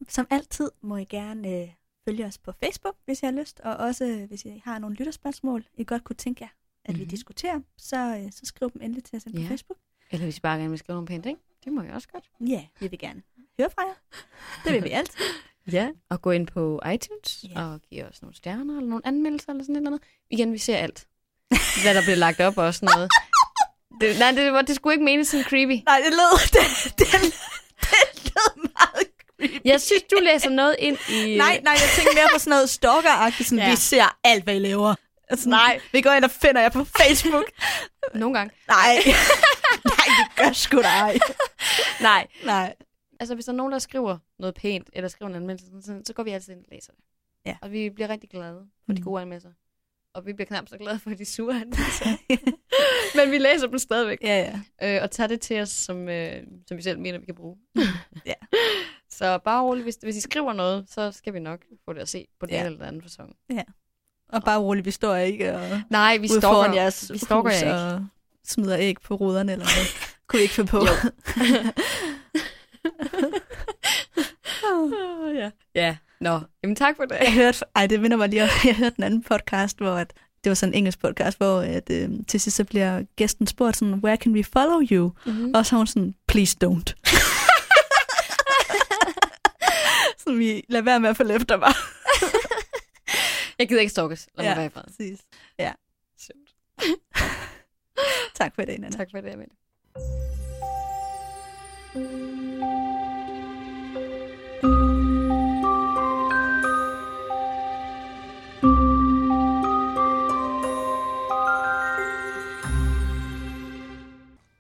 B: Som altid må I gerne øh, følge os på Facebook, hvis I har lyst. Og også, øh, hvis I har nogle lytterspørgsmål, I godt kunne tænke jer, at mm-hmm. vi
A: Mhm.
B: diskuterer, så, øh, så skriv dem endelig til os ind på
A: Ja.
B: Facebook.
A: Eller hvis I bare gerne vil skrive nogle pæne ting. Det må jeg også godt.
B: Ja, vi vil gerne høre fra jer. Det vil vi altid.
A: Ja. Og gå ind på iTunes
B: Ja.
A: ja. og give os nogle stjerner eller nogle anmeldelser eller sådan et eller andet. Igen, vi ser alt. Hvad der bliver lagt op og sådan noget. Det, nej, det, var, det skulle ikke menes sådan creepy.
B: Nej, det lød, det, det, det lød meget creepy.
A: Jeg synes, du læser noget ind i...
B: Nej, nej, jeg tænker mere på sådan noget stalker-agtigt, sådan,
A: Ja.
B: ja. vi ser alt, hvad I laver. Sådan, nej. Vi går ind og finder jer på Facebook.
A: Nogle gange.
B: nej. nej, det gør sgu da ej.
A: Nej.
B: Nej.
A: Altså, hvis der er nogen, der skriver noget pænt, eller skriver en anmeldelse, sådan- sådan, så går vi altid ind og læser det.
B: Ja.
A: Og vi bliver rigtig glade for mm. de
B: Mhm.
A: gode anmeldelser. og vi bliver knap så glade for de sure anmeldelser. Men vi læser dem stadigvæk,
B: Ja, ja.
A: øh, og tager det til os, som, øh, som vi selv mener, vi kan bruge.
B: Ja.
A: Så bare roligt, hvis, hvis I skriver noget, så skal vi nok få det at se på den
B: Ja.
A: ja. eller den anden fasong.
B: Og bare roligt, vi står ikke og
A: Nej, vi
B: ude
A: stalker,
B: foran jeres
A: vi stalker
B: hus
A: jer ikke.
B: og smider æg på ruderne eller noget. Kunne I ikke få på.
A: Åh, ja. ja, nå. Jamen tak for det.
B: Jeg hørte, ej, det minder mig lige om, jeg hørte en anden podcast, hvor at, det var sådan en engelsk podcast, hvor at, øh, til sidst så bliver gæsten spurgt sådan, where can we follow you?
A: Mm-hmm.
B: Og så er hun sådan, please don't. så vi lader være med at følge efter mig.
A: Jeg gider ikke stalkes. Lad
B: Ja.
A: mig være i fred.
B: Præcis. Ja.
A: Sødt.
B: tak for det, Nana.
A: Tak for det, Amelie.